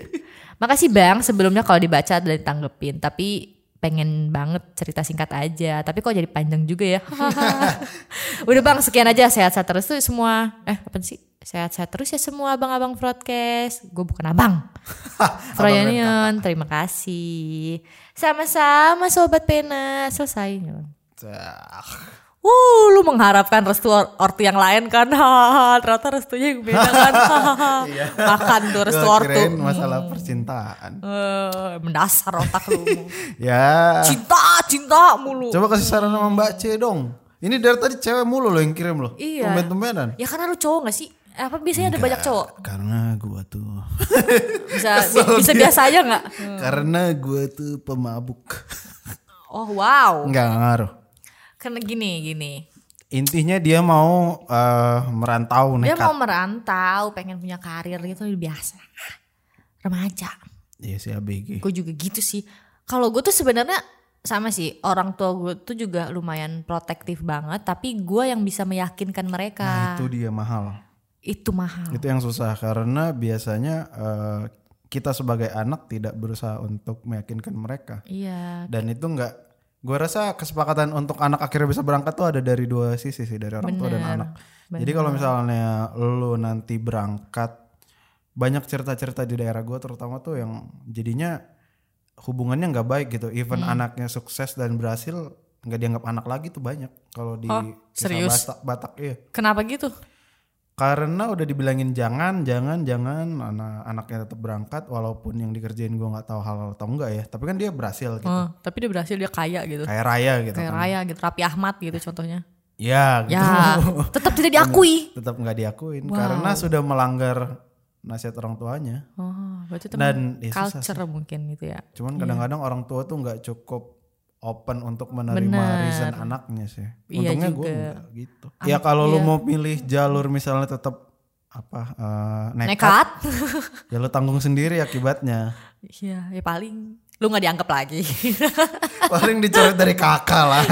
Makasih bang sebelumnya kalau dibaca dan ditanggepin. Tapi pengen banget cerita singkat aja. Tapi kok jadi panjang juga ya. Udah bang sekian aja sehat-sehat terus tuh semua. Eh apa sih? Sehat-sehat terus ya semua abang-abang broadcast. Gue bukan abang. Froyanion, terima kasih. Sama-sama sobat pena, selesai.
Dah.
Wuh, Uh, lu mengharapkan restu or- ortu yang lain kan? Hahaha, ternyata restunya yang beda kan? Hahaha. Makan tuh restu
Iya. Gua
ortu.
kirain masalah
Hmm.
percintaan.
Eh, mendasar otak lu.
Ya.
cinta, cinta mulu.
Coba kasih saran sama Mbak C dong. Ini dari tadi cewek mulu loh yang kirim loh.
Iya.
Tumben-tumbenan.
Ya karena lu cowok gak sih? apa biasanya ada banyak cowok
Karena gua tuh
bisa bisa biasa aja nggak
karena gua tuh pemabuk.
oh wow
Enggak ngaruh.
karena gini gini
Intinya dia mau eh, merantau
dia
nekat.
mau merantau pengen punya karir gitu biasa remaja
Iya si ABG.
gue juga gitu sih kalau gue tuh sebenarnya sama sih orang tua gue tuh juga lumayan protektif banget tapi gue yang bisa meyakinkan
Nah,
mereka
itu dia mahal.
Oh. itu mahal
Itu yang susah karena biasanya eh, kita sebagai anak tidak berusaha untuk meyakinkan mereka.
iya
Dan itu enggak gua rasa kesepakatan untuk anak akhirnya bisa berangkat tuh ada dari dua sisi sih dari orang tua dan
Bener,
anak. Jadi kalau misalnya lu nanti berangkat banyak cerita-cerita di daerah gua terutama tuh yang jadinya hubungannya nggak baik gitu. Even
Hmm.
anaknya sukses dan berhasil nggak dianggap anak lagi tuh banyak kalau di
Oh,
kisah
serius?
Batak, Batak iya.
kenapa gitu
Karena udah dibilangin jangan, jangan, jangan anak anaknya tetap berangkat walaupun yang dikerjain gua nggak tahu halal atau enggak ya. Tapi kan dia berhasil gitu.
Eh, tapi dia berhasil dia kaya gitu
Kayak raya gitu
kayak
kan.
raya gitu Raffi Ahmad gitu contohnya
Ya, gitu.
ya tetap tidak diakui
tetap nggak diakuin
Wow.
karena sudah melanggar nasihat orang tuanya.
oh berarti itu
Dan ya susah
culture mungkin gitu ya
Cuman kadang-kadang orang tua tuh nggak cukup open untuk menerima
Bener.
reason anaknya sih.
Iya
Untungnya gue
juga.
enggak gitu. ya kalau lu
iya.
mau pilih jalur misalnya tetap apa eh, nekat,
nekat
ya lu tanggung sendiri akibatnya.
iya ya paling lu nggak dianggap lagi
Paling dicoret dari kakak lah.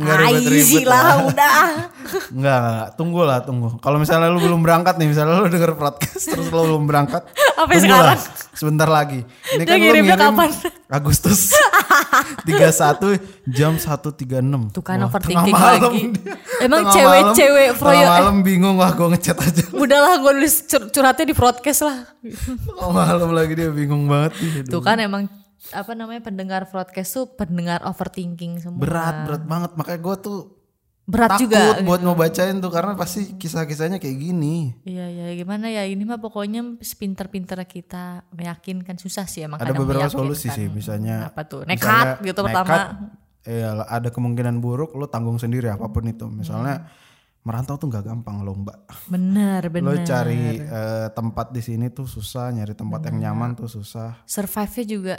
Enggak
Ah, easy
ribet-ribet
lah udah
Enggak, enggak, enggak. tunggu lah, tunggu. Kalau misalnya lu belum berangkat nih, misalnya lu denger podcast terus lu belum berangkat,
Apa
tunggu
sekarang?
lah, sebentar lagi. Ini
Dia
kan
ngirimnya kapan?
Agustus 31 jam 1.36.
Tuh kan
Wah,
overthinking
tengah malam
lagi.
dia.
Emang
Tengah
cewek-cewek
malam-
froyo- eh.
Tengah malam bingung, wah gue ngechat aja.
udahlah gue nulis cur- curhatnya di broadcast lah
Tengah malam lagi dia bingung banget. nih, aduh.
tuh kan emang apa namanya pendengar broadcast tuh pendengar overthinking semua
Berat, berat banget. Makanya gue tuh
kan. Berat
takut
juga
buat mau bacain tuh karena pasti kisah-kisahnya kayak gini.
iya ya gimana ya ini mah pokoknya sepinter-pinter kita meyakinkan susah sih emang
ada
kadang
beberapa
meyakinkan.
solusi sih misalnya
apa tuh
misalnya
nekat gitu
nekat,
pertama
iya, ada kemungkinan buruk lo tanggung sendiri apapun itu misalnya merantau tuh nggak gampang lomba
bener
lo
bener
cari eh, tempat di sini tuh susah nyari tempat yang nyaman tuh susah
survive-nya juga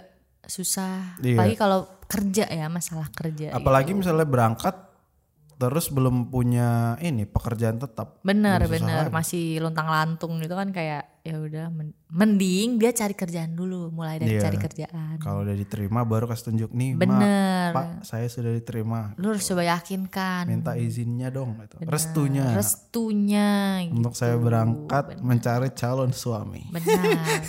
susah
Iya.
apalagi kalau kerja ya iya. masalah kerja
apalagi misalnya berangkat terus belum punya ini pekerjaan tetap
bener
belum
bener
susah lagi.
masih lontang lantung gitu kan kayak ya udah men- mending dia cari kerjaan dulu mulai dari
Iya.
cari kerjaan
kalau udah diterima baru kasih tunjuk nih "Ma,
Bener.
pak saya sudah diterima
lu harus coba yakinkan
minta izinnya dong gitu. restunya
restunya gitu.
untuk saya berangkat mencari calon suami
benar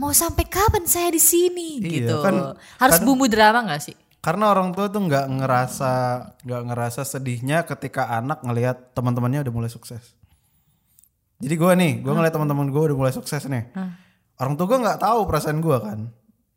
mau sampai kapan saya di sini
Iya,
gitu
kan-
harus
kan-
bumbu drama nggak sih
Karena orang tua tuh nggak ngerasa nggak ngerasa sedihnya ketika anak ngelihat teman-temannya udah mulai sukses. Jadi gua nih, gua ngeliat teman-teman gua udah mulai sukses nih. Orang tua gua nggak tahu perasaan gua kan.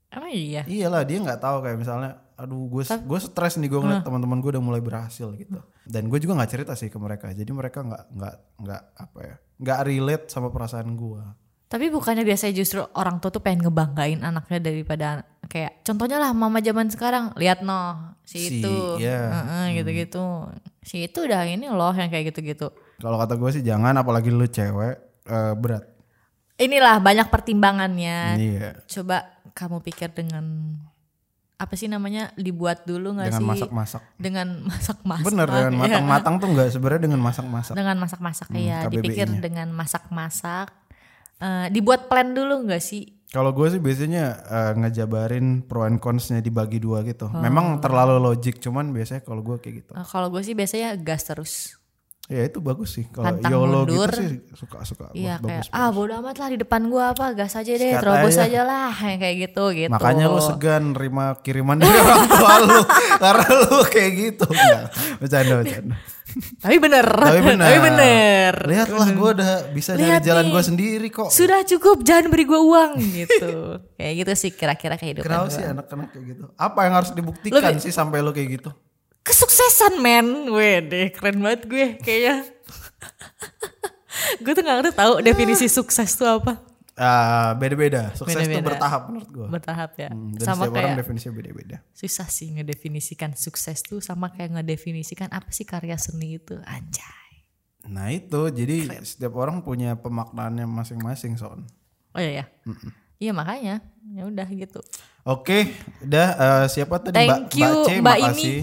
emang iya
Iyalah dia nggak tahu kayak misalnya, aduh gue gue stres nih gua ngeliat teman-teman gua udah mulai berhasil gitu. Dan gue juga nggak cerita sih ke mereka. Jadi mereka nggak nggak nggak apa ya, nggak relate sama perasaan gua.
tapi bukannya biasanya justru orang tua tuh pengen ngebanggain anaknya daripada an- kayak contohnya lah mama zaman sekarang lihat noh
Si,
si itu
iya.
Heeh, gitu-gitu si itu udah ini loh yang kayak gitu-gitu
Kalau kata gue sih jangan, apalagi lu cewek eh, berat.
inilah banyak pertimbangannya
Iya.
coba kamu pikir dengan apa sih namanya dibuat dulu nggak
Dengan
sih
masak-masak.
dengan masak-masak.
Bener
Iya.
dengan
Nah.
matang-matang tuh nggak sebenarnya dengan masak-masak.
Dengan masak-masak
Hmm,
ya,
KBBI-nya.
dipikir dengan masak-masak. Eh, dibuat plan dulu nggak sih?
Kalau gue sih biasanya eh, ngejabarin pro and cons-nya dibagi dua
Oh.
gitu. Memang terlalu logik, cuman biasanya kalau gue kayak gitu.
Eh, kalau gue sih biasanya gas terus.
Ya itu bagus sih. Kalau
Pantang
YOLO
mundur.
gitu sih suka-suka.
Iya
Ba- bagus.
kayak ah bodo amat lah di depan gua apa gas aja deh,
Sikat
terobos
aja.
aja lah yang kayak gitu gitu.
Makanya lu segan nerima kiriman dari orang tua lu karena lu kayak gitu. Enggak, bercanda bercanda.
Tapi bener.
Tapi benar.
Tapi bener.
Lihatlah gue udah bisa
Lihat
nyari jalan
nih.
gue sendiri kok.
Sudah cukup, jangan beri gua uang gitu. kayak gitu sih kira-kira kehidupan.
Kenapa
gua.
sih anak-anak kayak gitu? Apa yang harus dibuktikan sih sampai lu kayak gitu?
kesuksesan men wede keren banget gue kayaknya gue tuh gak ngerti tahu definisi sukses tuh apa
Ah, beda-beda. Sukses itu
Beda-beda.
bertahap menurut gue.
bertahap ya
Hmm, Dan
sama
setiap orang
kayak
definisinya beda-beda.
susah sih ngedefinisikan sukses tuh sama kayak ngedefinisikan apa sih karya seni itu anjay
Nah itu jadi setiap orang punya pemaknaannya masing-masing son.
Oh iya ya. Iya makanya ya udah gitu.
Oke, udah eh, siapa tadi
Thank you,
C,
Mbak ini.
makasih.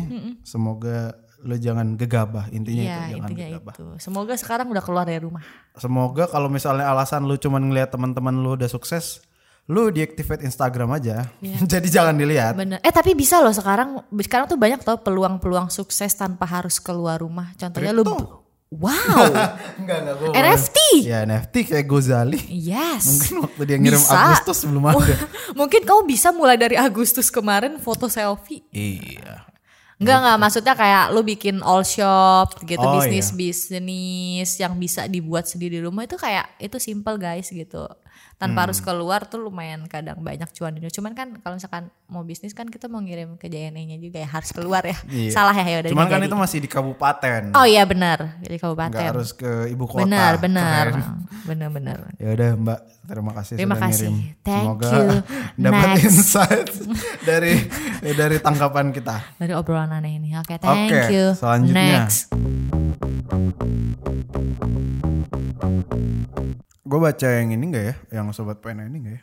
Semoga lo jangan gegabah intinya
Iya
itu jangan
intinya
gegabah.
itu. Semoga sekarang udah keluar dari rumah.
Semoga kalau misalnya alasan lu cuman ngelihat teman-teman lu udah sukses, lu deactivate Instagram aja.
Iya.
Jadi jangan dilihat.
Bener. Eh tapi bisa loh sekarang sekarang tuh banyak tau peluang-peluang sukses tanpa harus keluar rumah. Contohnya lu
Crypto.
Wow.
Enggak, enggak gua-
NFT.
Ya NFT kayak Gozali.
Yes.
Mungkin waktu dia ngirim
Bisa.
Agustus belum ada.
Mungkin kamu bisa mulai dari Agustus kemarin foto selfie.
iya.
Enggak enggak maksudnya kayak lu bikin all shop gitu
Oh,
bisnis bisnis yang bisa dibuat sendiri di rumah itu kayak itu simple guys gitu. Tanpa harus
Hmm.
keluar tuh lumayan kadang banyak cuan dulu. Cuman kan kalau misalkan mau bisnis kan kita mau ngirim ke JNE-nya juga ya harus keluar ya.
Iya.
Salah ya ya udah
Cuman kan
nggak
itu
jadi.
masih di kabupaten.
Oh iya benar, jadi kabupaten.
Nggak harus ke ibu kota.
benar, benar.
Keren.
Benar, benar.
Ya udah Mbak, terima kasih
Terima
sudah
kasih.
ngirim.
Thank
Semoga
you.
dapat
Next.
insight dari dari tangkapan kita.
Dari obrolan aneh ini. Oke, thank
Oke,
you.
selanjutnya.
Next.
Gue baca yang ini enggak ya? Yang sobat pena ini enggak ya?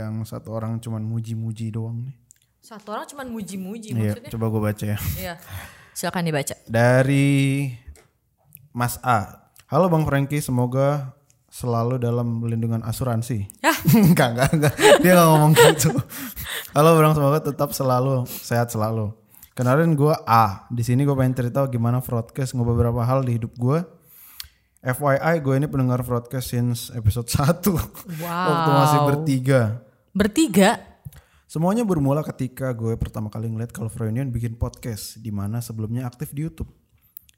Yang satu orang cuman muji-muji doang nih.
Satu orang cuman muji-muji
Iya,
maksudnya.
coba gue baca ya.
Iya. Silakan dibaca.
Dari Mas A. Halo Bang Franky, semoga selalu dalam lindungan asuransi. enggak, enggak, enggak. Dia enggak ngomong gitu. Halo Bang, semoga tetap selalu sehat selalu. Kemarin gua A. Di sini gue pengen cerita gimana broadcast nge beberapa hal di hidup gua. FYI, gue ini pendengar broadcast since episode 1. Waktu masih
Wow.
bertiga.
Bertiga
Semuanya bermula ketika gue pertama kali ngeliat kalau Reunion bikin podcast di mana sebelumnya aktif di YouTube.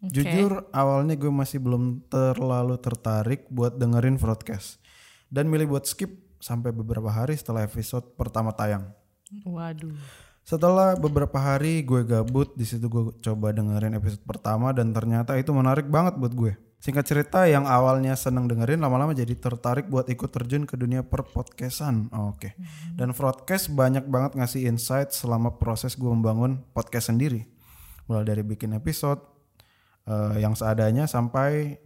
Jujur awalnya gue masih belum terlalu tertarik buat dengerin podcast dan milih buat skip sampai beberapa hari setelah episode pertama tayang.
Waduh.
Setelah beberapa hari gue gabut, di situ gue coba dengerin episode pertama dan ternyata itu menarik banget buat gue. Singkat cerita yang awalnya seneng dengerin lama-lama jadi tertarik buat ikut terjun ke dunia perpodcastan. Oh, Oke.
Hmm.
Dan broadcast banyak banget ngasih insight selama proses gue membangun podcast sendiri. Mulai dari bikin episode eh, yang seadanya sampai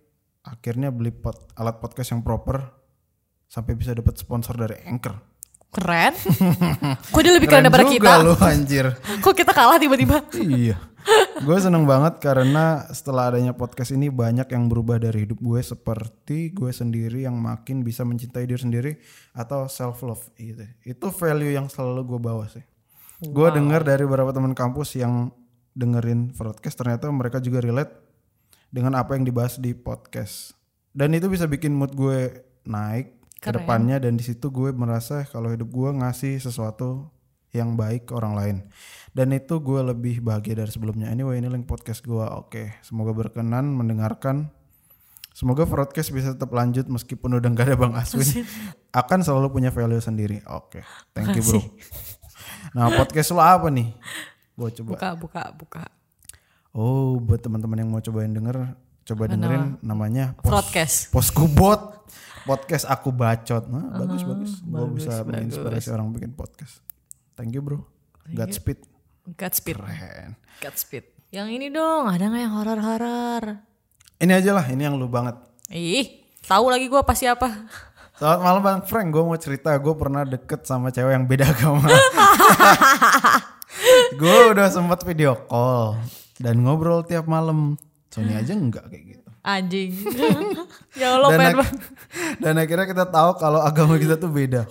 akhirnya beli pod- alat podcast yang proper sampai bisa dapat sponsor dari Anchor.
Keren. Kok dia lebih keren,
Keren
daripada
juga
kita?
lu anjir.
Kok kita kalah tiba-tiba?
Iya. gue seneng banget karena setelah adanya podcast ini banyak yang berubah dari hidup gue seperti gue sendiri yang makin bisa mencintai diri sendiri atau self love gitu. Itu value yang selalu gue bawa sih. Gue dengar dari beberapa teman kampus yang dengerin podcast ternyata mereka juga relate dengan apa yang dibahas di podcast. Dan itu bisa bikin mood gue naik ke
Keren.
depannya dan di situ gue merasa kalau hidup gue ngasih sesuatu yang baik ke orang lain. Dan itu gue lebih bahagia dari sebelumnya. Anyway, ini link podcast gue. Oke, semoga berkenan mendengarkan. Semoga podcast bisa tetap lanjut meskipun udah gak ada Bang Aswin. Akan selalu punya value sendiri. Oke, thank you bro. Nah, podcast lo apa nih? Gue coba
Buka, buka, buka.
Oh, buat teman-teman yang mau cobain denger, coba dengerin namanya
Broadcast.
Posku Bot. Podcast aku bacot. Nah, bagus bagus. Gue bisa menginspirasi orang bikin podcast. Thank you, Bro. Godspeed.
Godspeed.
Keren.
Godspeed. Yang ini dong, ada nggak yang horor-horor?
Ini aja lah, ini yang lu banget.
Ih, tahu lagi gua pasti apa.
Selamat malam Bang Frank, gue mau cerita gue pernah deket sama cewek yang beda agama. gue udah sempat video call dan ngobrol tiap malam. Sony aja enggak kayak gitu.
Anjing. ya Allah,
dan,
pengen
ak-
banget.
dan akhirnya kita tahu kalau agama kita tuh beda.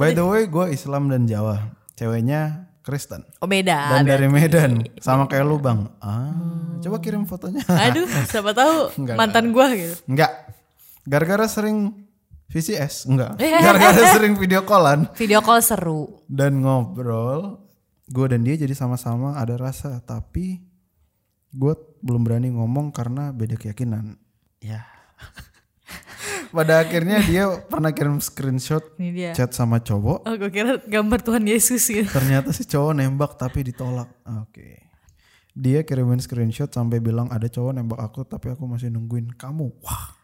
By the way, gue Islam dan Jawa. Ceweknya Kristen.
Oh beda.
Dan dari Medan, sama kayak lu bang. Ah, coba kirim fotonya.
Aduh, siapa tahu
Enggak,
mantan gua gitu.
Enggak. Gara-gara sering VCS, enggak. Gara-gara sering video callan
Video call seru.
dan ngobrol, gue dan dia jadi sama-sama ada rasa. Tapi gue belum berani ngomong karena beda keyakinan. Ya. Pada akhirnya dia pernah kirim screenshot
Ini dia.
chat sama cowok.
Oh, gue kira gambar Tuhan Yesus gitu.
Ternyata si cowok nembak tapi ditolak. Oke. Dia kirimin screenshot sampai bilang ada cowok nembak aku tapi aku masih nungguin kamu. Wah.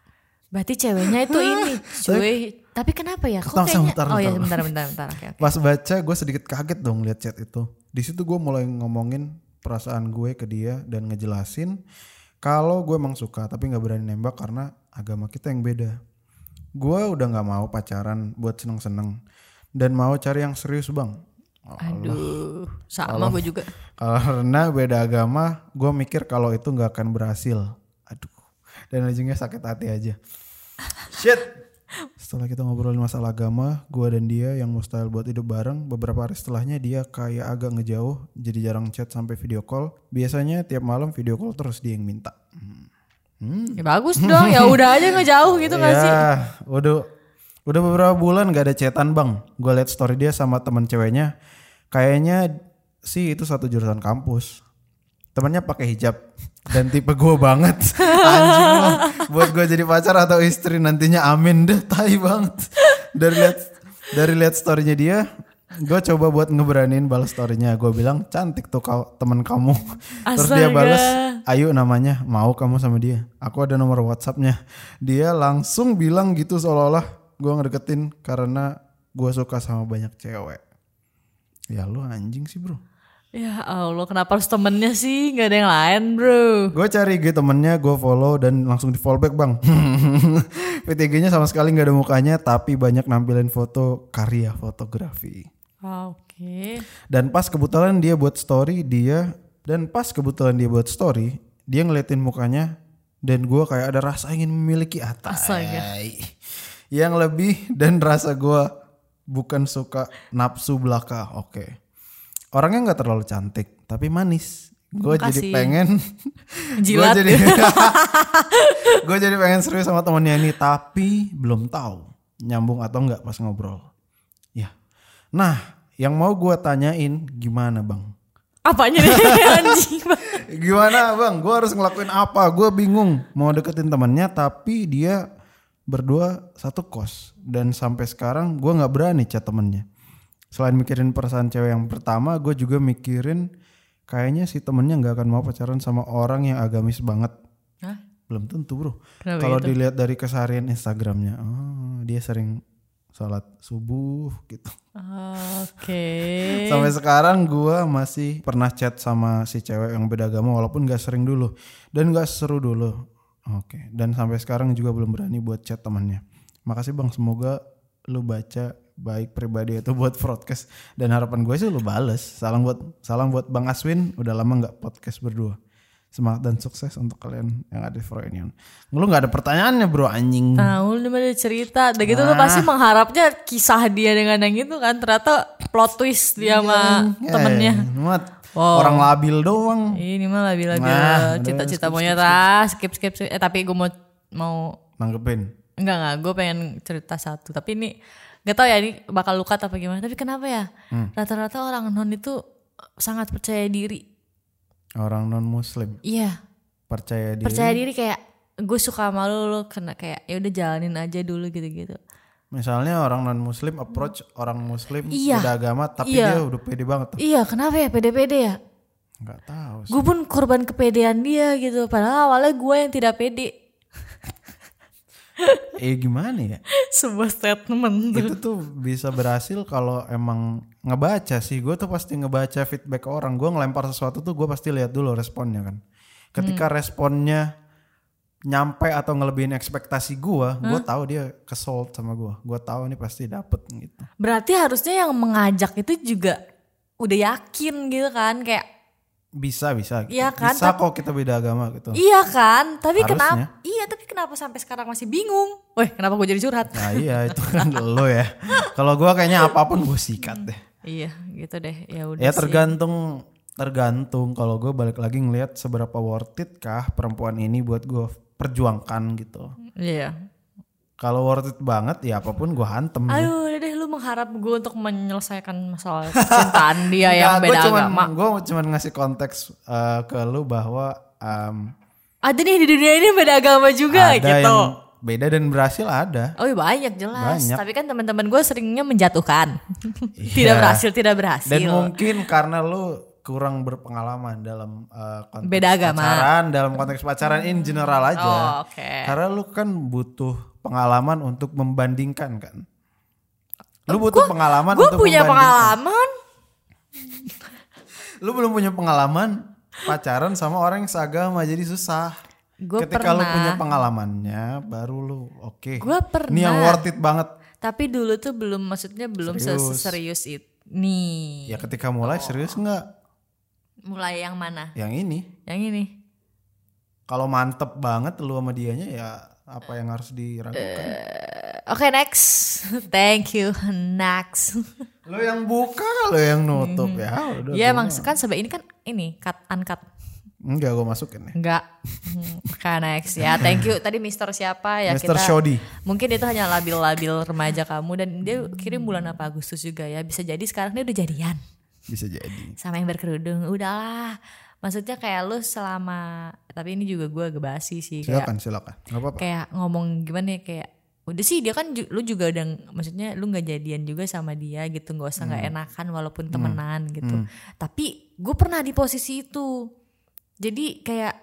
Berarti ceweknya itu ini, cuy. Tapi kenapa ya? Kok
Bentar,
kayaknya
bentar,
Oh ya,
bentar.
bentar bentar bentar. Oke, oke.
Pas baca gue sedikit kaget dong lihat chat itu. Di situ gue mulai ngomongin perasaan gue ke dia dan ngejelasin Kalau gue emang suka tapi nggak berani nembak karena agama kita yang beda. Gue udah nggak mau pacaran buat seneng-seneng dan mau cari yang serius bang. Oh,
Aduh, sama gue juga.
Karena beda agama, gue mikir kalau itu nggak akan berhasil. Aduh, dan ujungnya sakit hati aja. Shit. Setelah kita ngobrolin masalah agama, gue dan dia yang mustahil buat hidup bareng, beberapa hari setelahnya dia kayak agak ngejauh, jadi jarang chat sampai video call. Biasanya tiap malam video call terus dia yang minta.
Ya bagus dong, ya udah aja ngejauh gitu nggak sih?
Ya, udah udah beberapa bulan gak ada cetan bang. Gue liat story dia sama temen ceweknya. Kayaknya sih itu satu jurusan kampus. Temennya pakai hijab dan tipe gue banget. Anjing lo, buat gue jadi pacar atau istri nantinya amin deh, tai banget. Dari liat dari liat storynya dia, gue coba buat ngeberanin balas storynya. Gue bilang cantik tuh kau temen kamu. Terus
Astaga.
dia balas Ayu namanya, mau kamu sama dia. Aku ada nomor WhatsAppnya. Dia langsung bilang gitu seolah-olah gue ngedeketin karena gue suka sama banyak cewek. Ya lu anjing sih bro.
Ya Allah, kenapa harus temennya sih? Gak ada yang lain bro.
Gue cari IG temennya, gue follow dan langsung di follow back bang. PTG-nya sama sekali nggak ada mukanya, tapi banyak nampilin foto karya fotografi.
Oke.
Dan pas kebetulan dia buat story dia dan pas kebetulan dia buat story dia ngeliatin mukanya dan gue kayak ada rasa ingin memiliki atas
Astaga.
yang lebih dan rasa gue bukan suka nafsu belaka oke orangnya nggak terlalu cantik tapi manis gue jadi
Makasih.
pengen gue
Jilat.
jadi gue jadi pengen serius sama temennya ini tapi belum tahu nyambung atau nggak pas ngobrol ya nah yang mau gue tanyain gimana bang
Apanya nih anjing banget.
Gimana bang? Gue harus ngelakuin apa? Gue bingung mau deketin temannya tapi dia berdua satu kos dan sampai sekarang gue nggak berani chat temennya. Selain mikirin perasaan cewek yang pertama, gue juga mikirin kayaknya si temennya nggak akan mau pacaran sama orang yang agamis banget.
Hah?
Belum tentu bro.
Kenapa
Kalau
gitu?
dilihat dari keseharian Instagramnya, oh, dia sering sholat subuh gitu.
Oke.
Sampai sekarang gua masih pernah chat sama si cewek yang beda agama walaupun gak sering dulu dan gak seru dulu. Oke, dan sampai sekarang juga belum berani buat chat temannya. Makasih Bang, semoga lu baca baik pribadi itu buat podcast dan harapan gue sih lu bales. Salam buat salam buat Bang Aswin, udah lama nggak podcast berdua. Semangat dan sukses untuk kalian yang ada di Froynion. Lu nggak ada pertanyaannya bro anjing.
Nah, lu cuma ada cerita. Udah gitu lu pasti mengharapnya kisah dia dengan yang itu kan. Ternyata plot twist dia sama
Eh,
Ah, temennya.
muat.
Wow.
Orang labil doang.
Ini Eh. mah labil-labil
Nah, udah,
cita-cita
skip,
monyet ah, skip, skip, skip. Eh tapi gue mau mau
Nanggepin.
Enggak enggak, gue pengen cerita satu. Tapi ini nggak tahu ya ini bakal luka atau gimana. Tapi kenapa ya? Rata-rata orang non itu eh, sangat percaya diri.
Orang non muslim.
Iya,
percaya diri
percaya diri kayak gue suka sama lu, lu kena kayak ya udah jalanin aja dulu gitu-gitu.
misalnya orang non muslim approach orang muslim
Iya.
beda agama tapi
Iya.
dia udah pede banget tuh
Iya, kenapa ya pede-pede ya?
nggak tahu sih.
Gue pun korban kepedean dia gitu. Padahal awalnya gue yang tidak pede.
eh gimana ya
Sebuah statement tuh.
itu tuh bisa berhasil kalau emang ngebaca sih gue tuh pasti ngebaca feedback orang gue ngelempar sesuatu tuh gue pasti lihat dulu responnya kan
Hmm.
ketika responnya nyampe atau ngelebihin ekspektasi gue
Hmm?
gue tahu dia kesel sama gue gue tahu ini pasti dapet gitu
Berarti harusnya yang mengajak itu juga udah yakin gitu kan kayak
bisa bisa
Iya kan,
bisa kok kita beda agama gitu
Iya kan, tapi
Harusnya.
kenapa? Iya, tapi kenapa sampai sekarang masih bingung? Weh, kenapa gue jadi curhat?
Nah iya itu kan lo ya. Kalau gua kayaknya apapun gue sikat deh.
iya, gitu deh. Ya udah.
Ya
sih.
tergantung tergantung kalau gue balik lagi ngelihat seberapa worth it kah perempuan ini buat gue perjuangkan gitu.
Iya.
Kalau worth it banget ya apapun gue hantem.
Aduh, udah deh lu mengharap gue untuk menyelesaikan masalah cintaan dia yang beda agama.
Gue cuman ngasih konteks eh, ke lu bahwa em,
Ada nih di dunia ini beda agama juga
ada
gitu.
yang beda dan berhasil ada.
Oh iya banyak jelas,
Banyak.
tapi kan teman-teman gue seringnya menjatuhkan.
Iya.
tidak berhasil, tidak berhasil.
Dan mungkin karena lu kurang berpengalaman dalam eh, konteks
Beda agama.
pacaran, dalam konteks pacaran in general aja.
Oh, oke.
Karena lu kan butuh pengalaman untuk membandingkan kan. Lu butuh pengalaman
Gue
untuk
punya
membandingkan.
pengalaman.
Lu belum punya pengalaman pacaran sama orang yang seagama jadi susah.
Gue
ketika lu punya
pernah,
pengalamannya baru lu oke
Gua
ini yang
pernah.
worth it banget
tapi dulu tuh belum maksudnya belum
Serius.
serius ini.
ya ketika mulai serius nggak
Mulai yang mana?
yang ini
Yang ini.
kalau mantep banget lu sama dianya ya apa yang harus diragukan
Eh, Oke next, thank you next.
lu yang buka lu yang nutup ya udah
Ya
gua
emang
mah-
kan sebab ini kan ini cut uncut.
enggak gua masukin ya
Enggak. Hmm, Oke next ya. Thank you. Tadi Mister siapa ya
Mr.
kita?
Shoddy
Mungkin itu hanya labil-labil remaja kamu dan dia kirim bulan apa Agustus juga ya. Bisa jadi sekarang dia udah jadian
bisa jadi
sama yang berkerudung. Udahlah. Maksudnya kayak lu selama tapi ini juga gue agak basi sih kayak
silakan silakan nggak apa-apa
kayak ngomong gimana ya kayak udah sih dia kan ju- lu juga udah ng- maksudnya lu nggak jadian juga sama dia gitu nggak usah
Hmm.
nggak enakan walaupun temenan gitu tapi gue pernah di posisi itu jadi kayak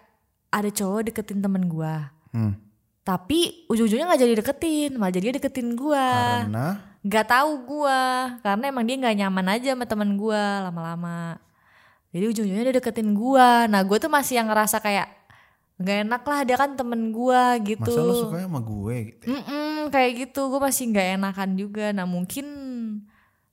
ada cowok deketin temen gue
Hmm.
tapi ujung-ujungnya nggak jadi deketin malah jadi dia deketin gue
karena
nggak tahu gue karena emang dia nggak nyaman aja sama temen gue lama-lama jadi ujung-ujungnya dia deketin gue nah gue tuh masih yang ngerasa kayak nggak enak lah dia kan temen gue gitu
masa lu sukanya sama gue gitu ya?
Mm-mm, kayak gitu gue masih nggak enakan juga nah mungkin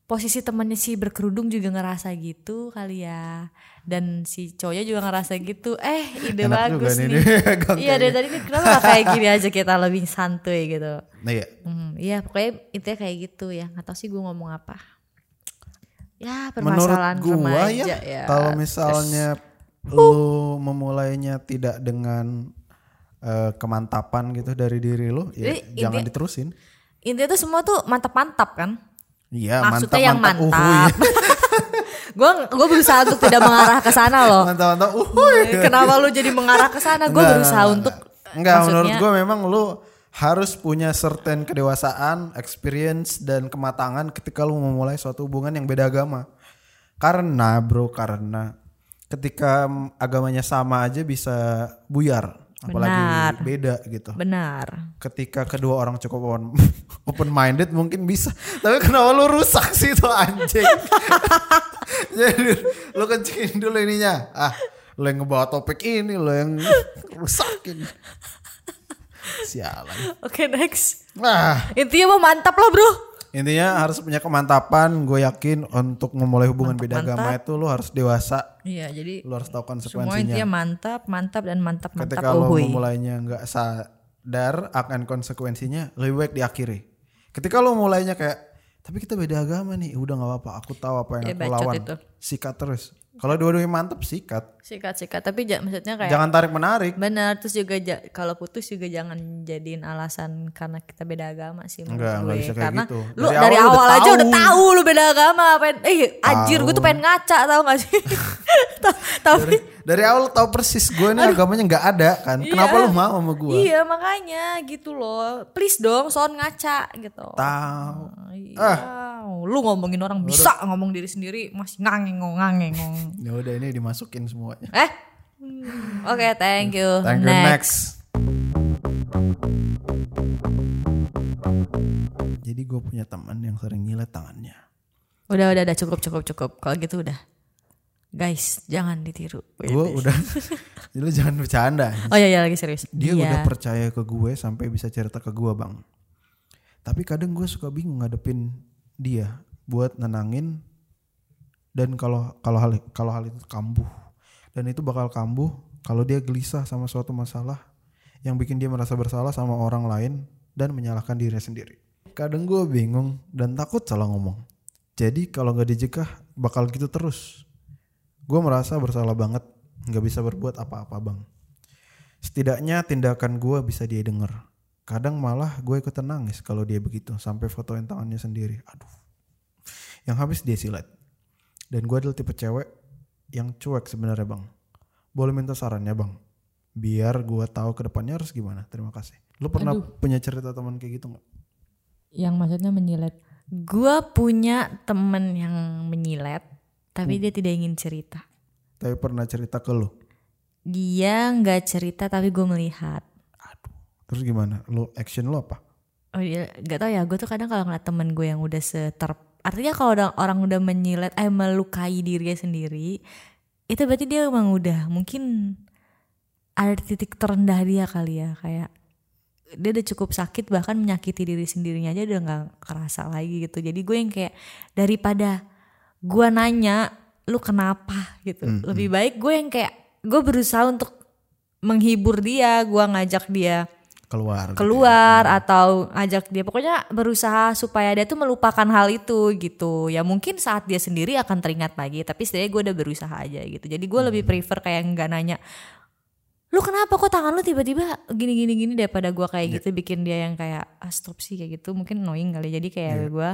posisi temennya si berkerudung juga ngerasa gitu kali ya dan si cowoknya juga ngerasa gitu eh ide
Enak
bagus
juga nih,
nih
dipegang
iya dari
kayaknya.
tadi nih, kenapa nggak kayak gini aja kita lebih santuy gitu
nah iya
Hmm, iya pokoknya intinya kayak gitu ya nggak tahu sih gue ngomong apa ya
menurut
permasalahan
gua
remaja
ya,
ya,
kalau misalnya lu memulainya tidak dengan eh, kemantapan gitu dari diri lu
Jadi,
ya jangan
inti-
diterusin
intinya tuh semua tuh mantap-mantap kan
iya mantap
maksudnya yang
mantap uhuy
mantap gue gue berusaha untuk tidak mengarah ke sana loh
mantap mantap uhuy
Kenapa lu jadi mengarah ke sana? Gue
Enggak,
berusaha
enggak,
untuk
enggak, Enggak, menurut
maksudnya-
gue memang lu harus punya certain kedewasaan, experience dan kematangan ketika lu memulai suatu hubungan yang beda agama. Karena bro, karena ketika mm, agamanya sama aja bisa buyar, apalagi
Benar.
beda gitu.
benar.
Ketika kedua orang cukup open minded mungkin bisa. Tapi kenapa lu rusak sih itu anjing? Jadi lu kencingin dulu ininya. Ah, lu yang ngebawa topik ini, lu yang rusakin. Sialan.
Oke next.
Nah,
Intinya mau mantap lo bro.
intinya harus punya kemantapan. Gue yakin untuk memulai hubungan beda agama itu lu harus dewasa.
Iya jadi
Lu harus tahu
semua
konsekuensinya.
intinya mantap, mantap dan mantap mantap. Oh,
Ketika lu
uhuy.
memulainya nggak sadar akan konsekuensinya, lebih baik diakhiri. Ketika lu mulainya kayak tapi kita beda agama nih, udah nggak apa-apa. Aku tahu apa yang
Iya,
aku
bacot
lawan.
itu.
Sikat terus. Kalau dua-duanya mantep sikat.
Sikat sikat tapi ja- maksudnya kayak
Jangan tarik menarik.
benar terus juga ja- kalau putus juga jangan jadiin alasan karena kita beda agama sih menurut
Enggak, enggak
gue.
bisa kayak
karena
gitu.
lu
Dari
dari,
awal
awal,
udah
aja
tahu.
udah tahu lu beda agama pengen eh anjir gue tuh
Tahu.
pengen ngaca tau gak sih Ta- tapi
Dari awal tahu persis gue nih agamanya nggak ada kan. Kenapa
Iya.
lu mau sama gue?
Iya makanya gitu loh. Please dong son ngaca gitu.
Tahu.
Iya.
Ah.
Lu ngomongin orang bisa ngomong diri sendiri masih ngangengong ngangengong.
Ya udah ini dimasukin semuanya.
eh. Hmm, Oke, thank you.
Thank you next. Jadi gue punya teman yang sering nyilet tangannya.
Udah, udah, udah cukup, cukup, cukup. Kalau gitu udah. Guys, jangan ditiru.
gue udah lu jangan bercanda
Oh iya, iya lagi serius.
dia udah percaya ke gue sampai bisa cerita ke gue bang tapi kadang gue suka bingung ngadepin dia buat nenangin dan kalau kalau hal kalau hal itu kambuh dan itu bakal kambuh kalau dia gelisah sama suatu masalah yang bikin dia merasa bersalah sama orang lain dan menyalahkan dirinya sendiri kadang gue bingung dan takut salah ngomong jadi kalau nggak dijekah bakal gitu terus gue merasa bersalah banget nggak bisa berbuat apa-apa bang Setidaknya tindakan gue bisa dia denger. Kadang malah gue ikutan nangis kalau dia begitu sampai fotoin tangannya sendiri. Aduh. Yang habis dia silat. Dan gue adalah tipe cewek yang cuek sebenarnya bang. Boleh minta sarannya bang. Biar gue tahu ke depannya harus gimana. Terima kasih. Lu pernah punya cerita teman kayak gitu nggak?
Yang maksudnya menyilet. Gua punya temen yang menyilet, tapi
Hmm.
dia tidak ingin cerita.
Tapi pernah cerita ke lu.
Dia nggak cerita, tapi gue melihat.
Aduh. Terus gimana? Lu action lu apa?
Oh iya, gak tau ya. Gue tuh kadang kalau ngeliat temen gue yang udah seter, artinya kalau udah- orang udah menyilet, eh melukai dirinya sendiri, itu berarti dia emang udah mungkin ada titik terendah dia kali ya kayak dia udah cukup sakit bahkan menyakiti diri sendirinya aja udah nggak kerasa lagi gitu jadi gue yang kayak daripada gue nanya lu kenapa gitu lebih baik gue yang kayak gue berusaha untuk menghibur dia gue ngajak dia
keluar. gitu.
keluar atau ajak dia pokoknya berusaha supaya dia tuh melupakan hal itu gitu ya mungkin saat dia sendiri akan teringat lagi tapi setidaknya gue udah berusaha aja gitu jadi gue lebih prefer kayak nggak nanya lu kenapa kok tangan lu tiba-tiba gini gini gini daripada gue kayak gitu bikin dia yang kayak ah, stop sih kayak gitu mungkin annoying kali jadi kayak gue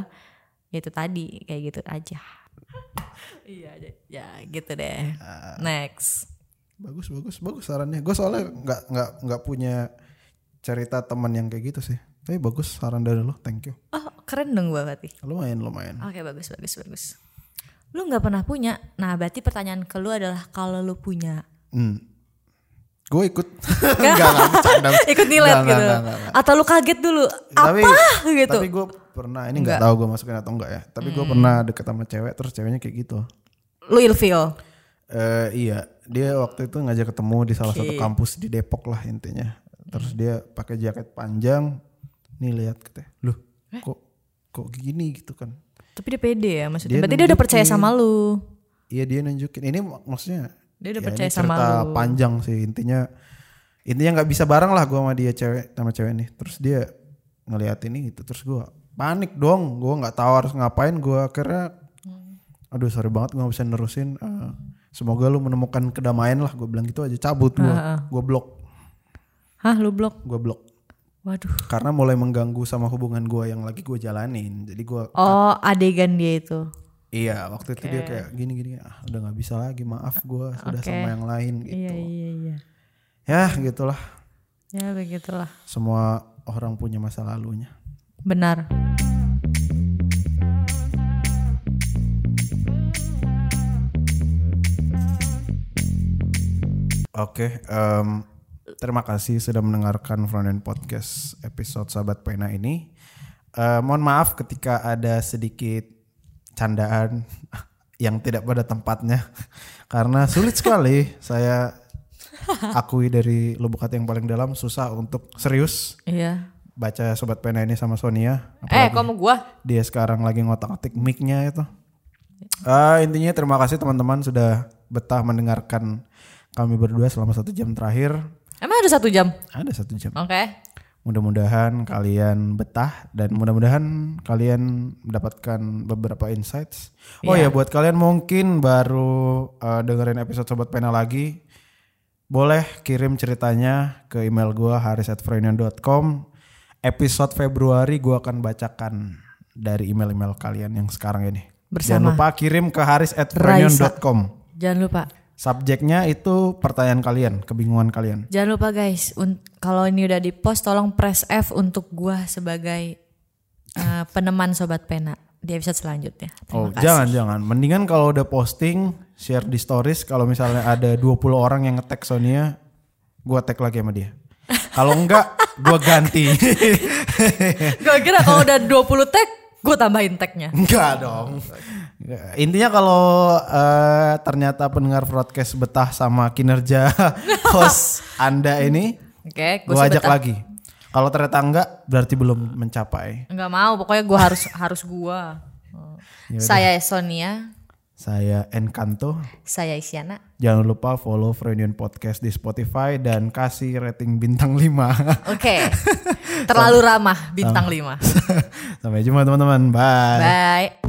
ya itu tadi kayak gitu aja iya j- ya gitu deh
Nah.
next
Bagus bagus bagus sarannya. Gue soalnya nggak nggak nggak punya cerita teman yang kayak gitu sih. Tapi bagus saran dari lo, thank you.
oh keren dong gue berarti
Lumayan lumayan.
Oke bagus bagus bagus. Lu nggak pernah punya. Nah berarti pertanyaan ke lu adalah kalau lu punya
Hmm. Gue ikut. Enggak, enggak, bercanda.
ikut nilai
Enggak,
gitu.
enggak, enggak, enggak.
Atau lu kaget dulu
Tapi-
apa gitu.
Tapi gue pernah, ini nggak tahu gue masukin atau enggak ya. Tapi
Hmm.
gue pernah deket sama cewek, terus ceweknya kayak gitu.
Lu ilfeel.
Eh iya, dia waktu itu ngajak ketemu di salah satu kampus di Depok lah intinya. Terus dia pakai jaket panjang, nih lihat katanya, loh
Eh?
kok kok gini gitu kan?
Tapi dia pede ya maksudnya.
Dia
berarti dia udah percaya
nunjukin.
sama lu.
Iya dia nunjukin. Ini mak- maksudnya
Dia udah
ya,
percaya
ini
sama
cerita
lu.
panjang sih intinya. Intinya nggak bisa bareng lah gue sama dia cewek sama cewek nih. Terus dia ngeliat ini gitu. Terus gue panik dong. Gue nggak tahu harus ngapain. Gue akhirnya
Hmm.
aduh sorry banget gue gak bisa nerusin. Eh, semoga lu menemukan kedamaian lah. Gue bilang gitu aja cabut gue. Gue blok.
Hah lu blok.
Gue blok.
Waduh.
Karena mulai mengganggu sama hubungan gue yang lagi gue jalanin. Jadi gue
Oh adegan dia itu.
Iya, waktu itu dia kayak gini-gini, ah udah nggak bisa lagi, maaf gue sudah
Oke.
sama yang lain gitu.
Iya iya iya.
Ya gitulah,
Ya begitulah.
semua orang punya masa lalunya.
Benar.
Oke, em, terima kasih sudah mendengarkan Frontend Podcast episode Sahabat Pena ini. Eh, mohon maaf ketika ada sedikit candaan yang tidak pada tempatnya, karena sulit sekali saya akui dari lubuk hati yang paling dalam susah untuk serius
Iya.
baca Sobat Pena ini sama Sonia.
Eh kok mau gua?
dia sekarang lagi ngotak-atik mic-nya itu. Ah, intinya terima kasih teman-teman sudah betah mendengarkan kami berdua selama satu jam terakhir.
Emang ada satu jam?
Ada satu jam.
Oke.
Mudah-mudahan kalian betah dan mudah-mudahan kalian mendapatkan beberapa insights. Oh ya buat kalian mungkin baru uh, dengerin episode Sobat Pena lagi, boleh kirim ceritanya ke email gua haris@frenion.com. Episode Februari gua akan bacakan dari email-email kalian yang sekarang ini.
Bersama.
Jangan lupa kirim ke haris@frenion.com.
Jangan lupa
Subjeknya itu pertanyaan kalian, kebingungan kalian.
Jangan lupa guys, un- kalau ini udah di post tolong press F untuk gua sebagai eh, peneman sobat pena di episode selanjutnya. Terima
Oh,
kasih.
jangan jangan. Mendingan kalau udah posting share di stories kalau misalnya ada 20 orang yang nge-tag Sonia, gua tag lagi sama dia. Kalau enggak, gua ganti.
Gua kira kalau udah 20 tag, gua tambahin tagnya.
enggak dong. Intinya kalau eh, ternyata pendengar broadcast betah sama kinerja host Anda ini,
Oke, gua,
gua
sih
ajak
betah.
lagi. Kalau ternyata enggak, berarti belum mencapai.
Nggak mau, pokoknya gua harus harus gua.
Ya
Saya Sonia,
Saya Encanto.
saya Isyana.
Jangan lupa follow Freudian Podcast di Spotify dan kasih rating bintang 5.
Oke. Terlalu ramah bintang 5.
Sampai jumpa teman-teman. Bye.
Bye.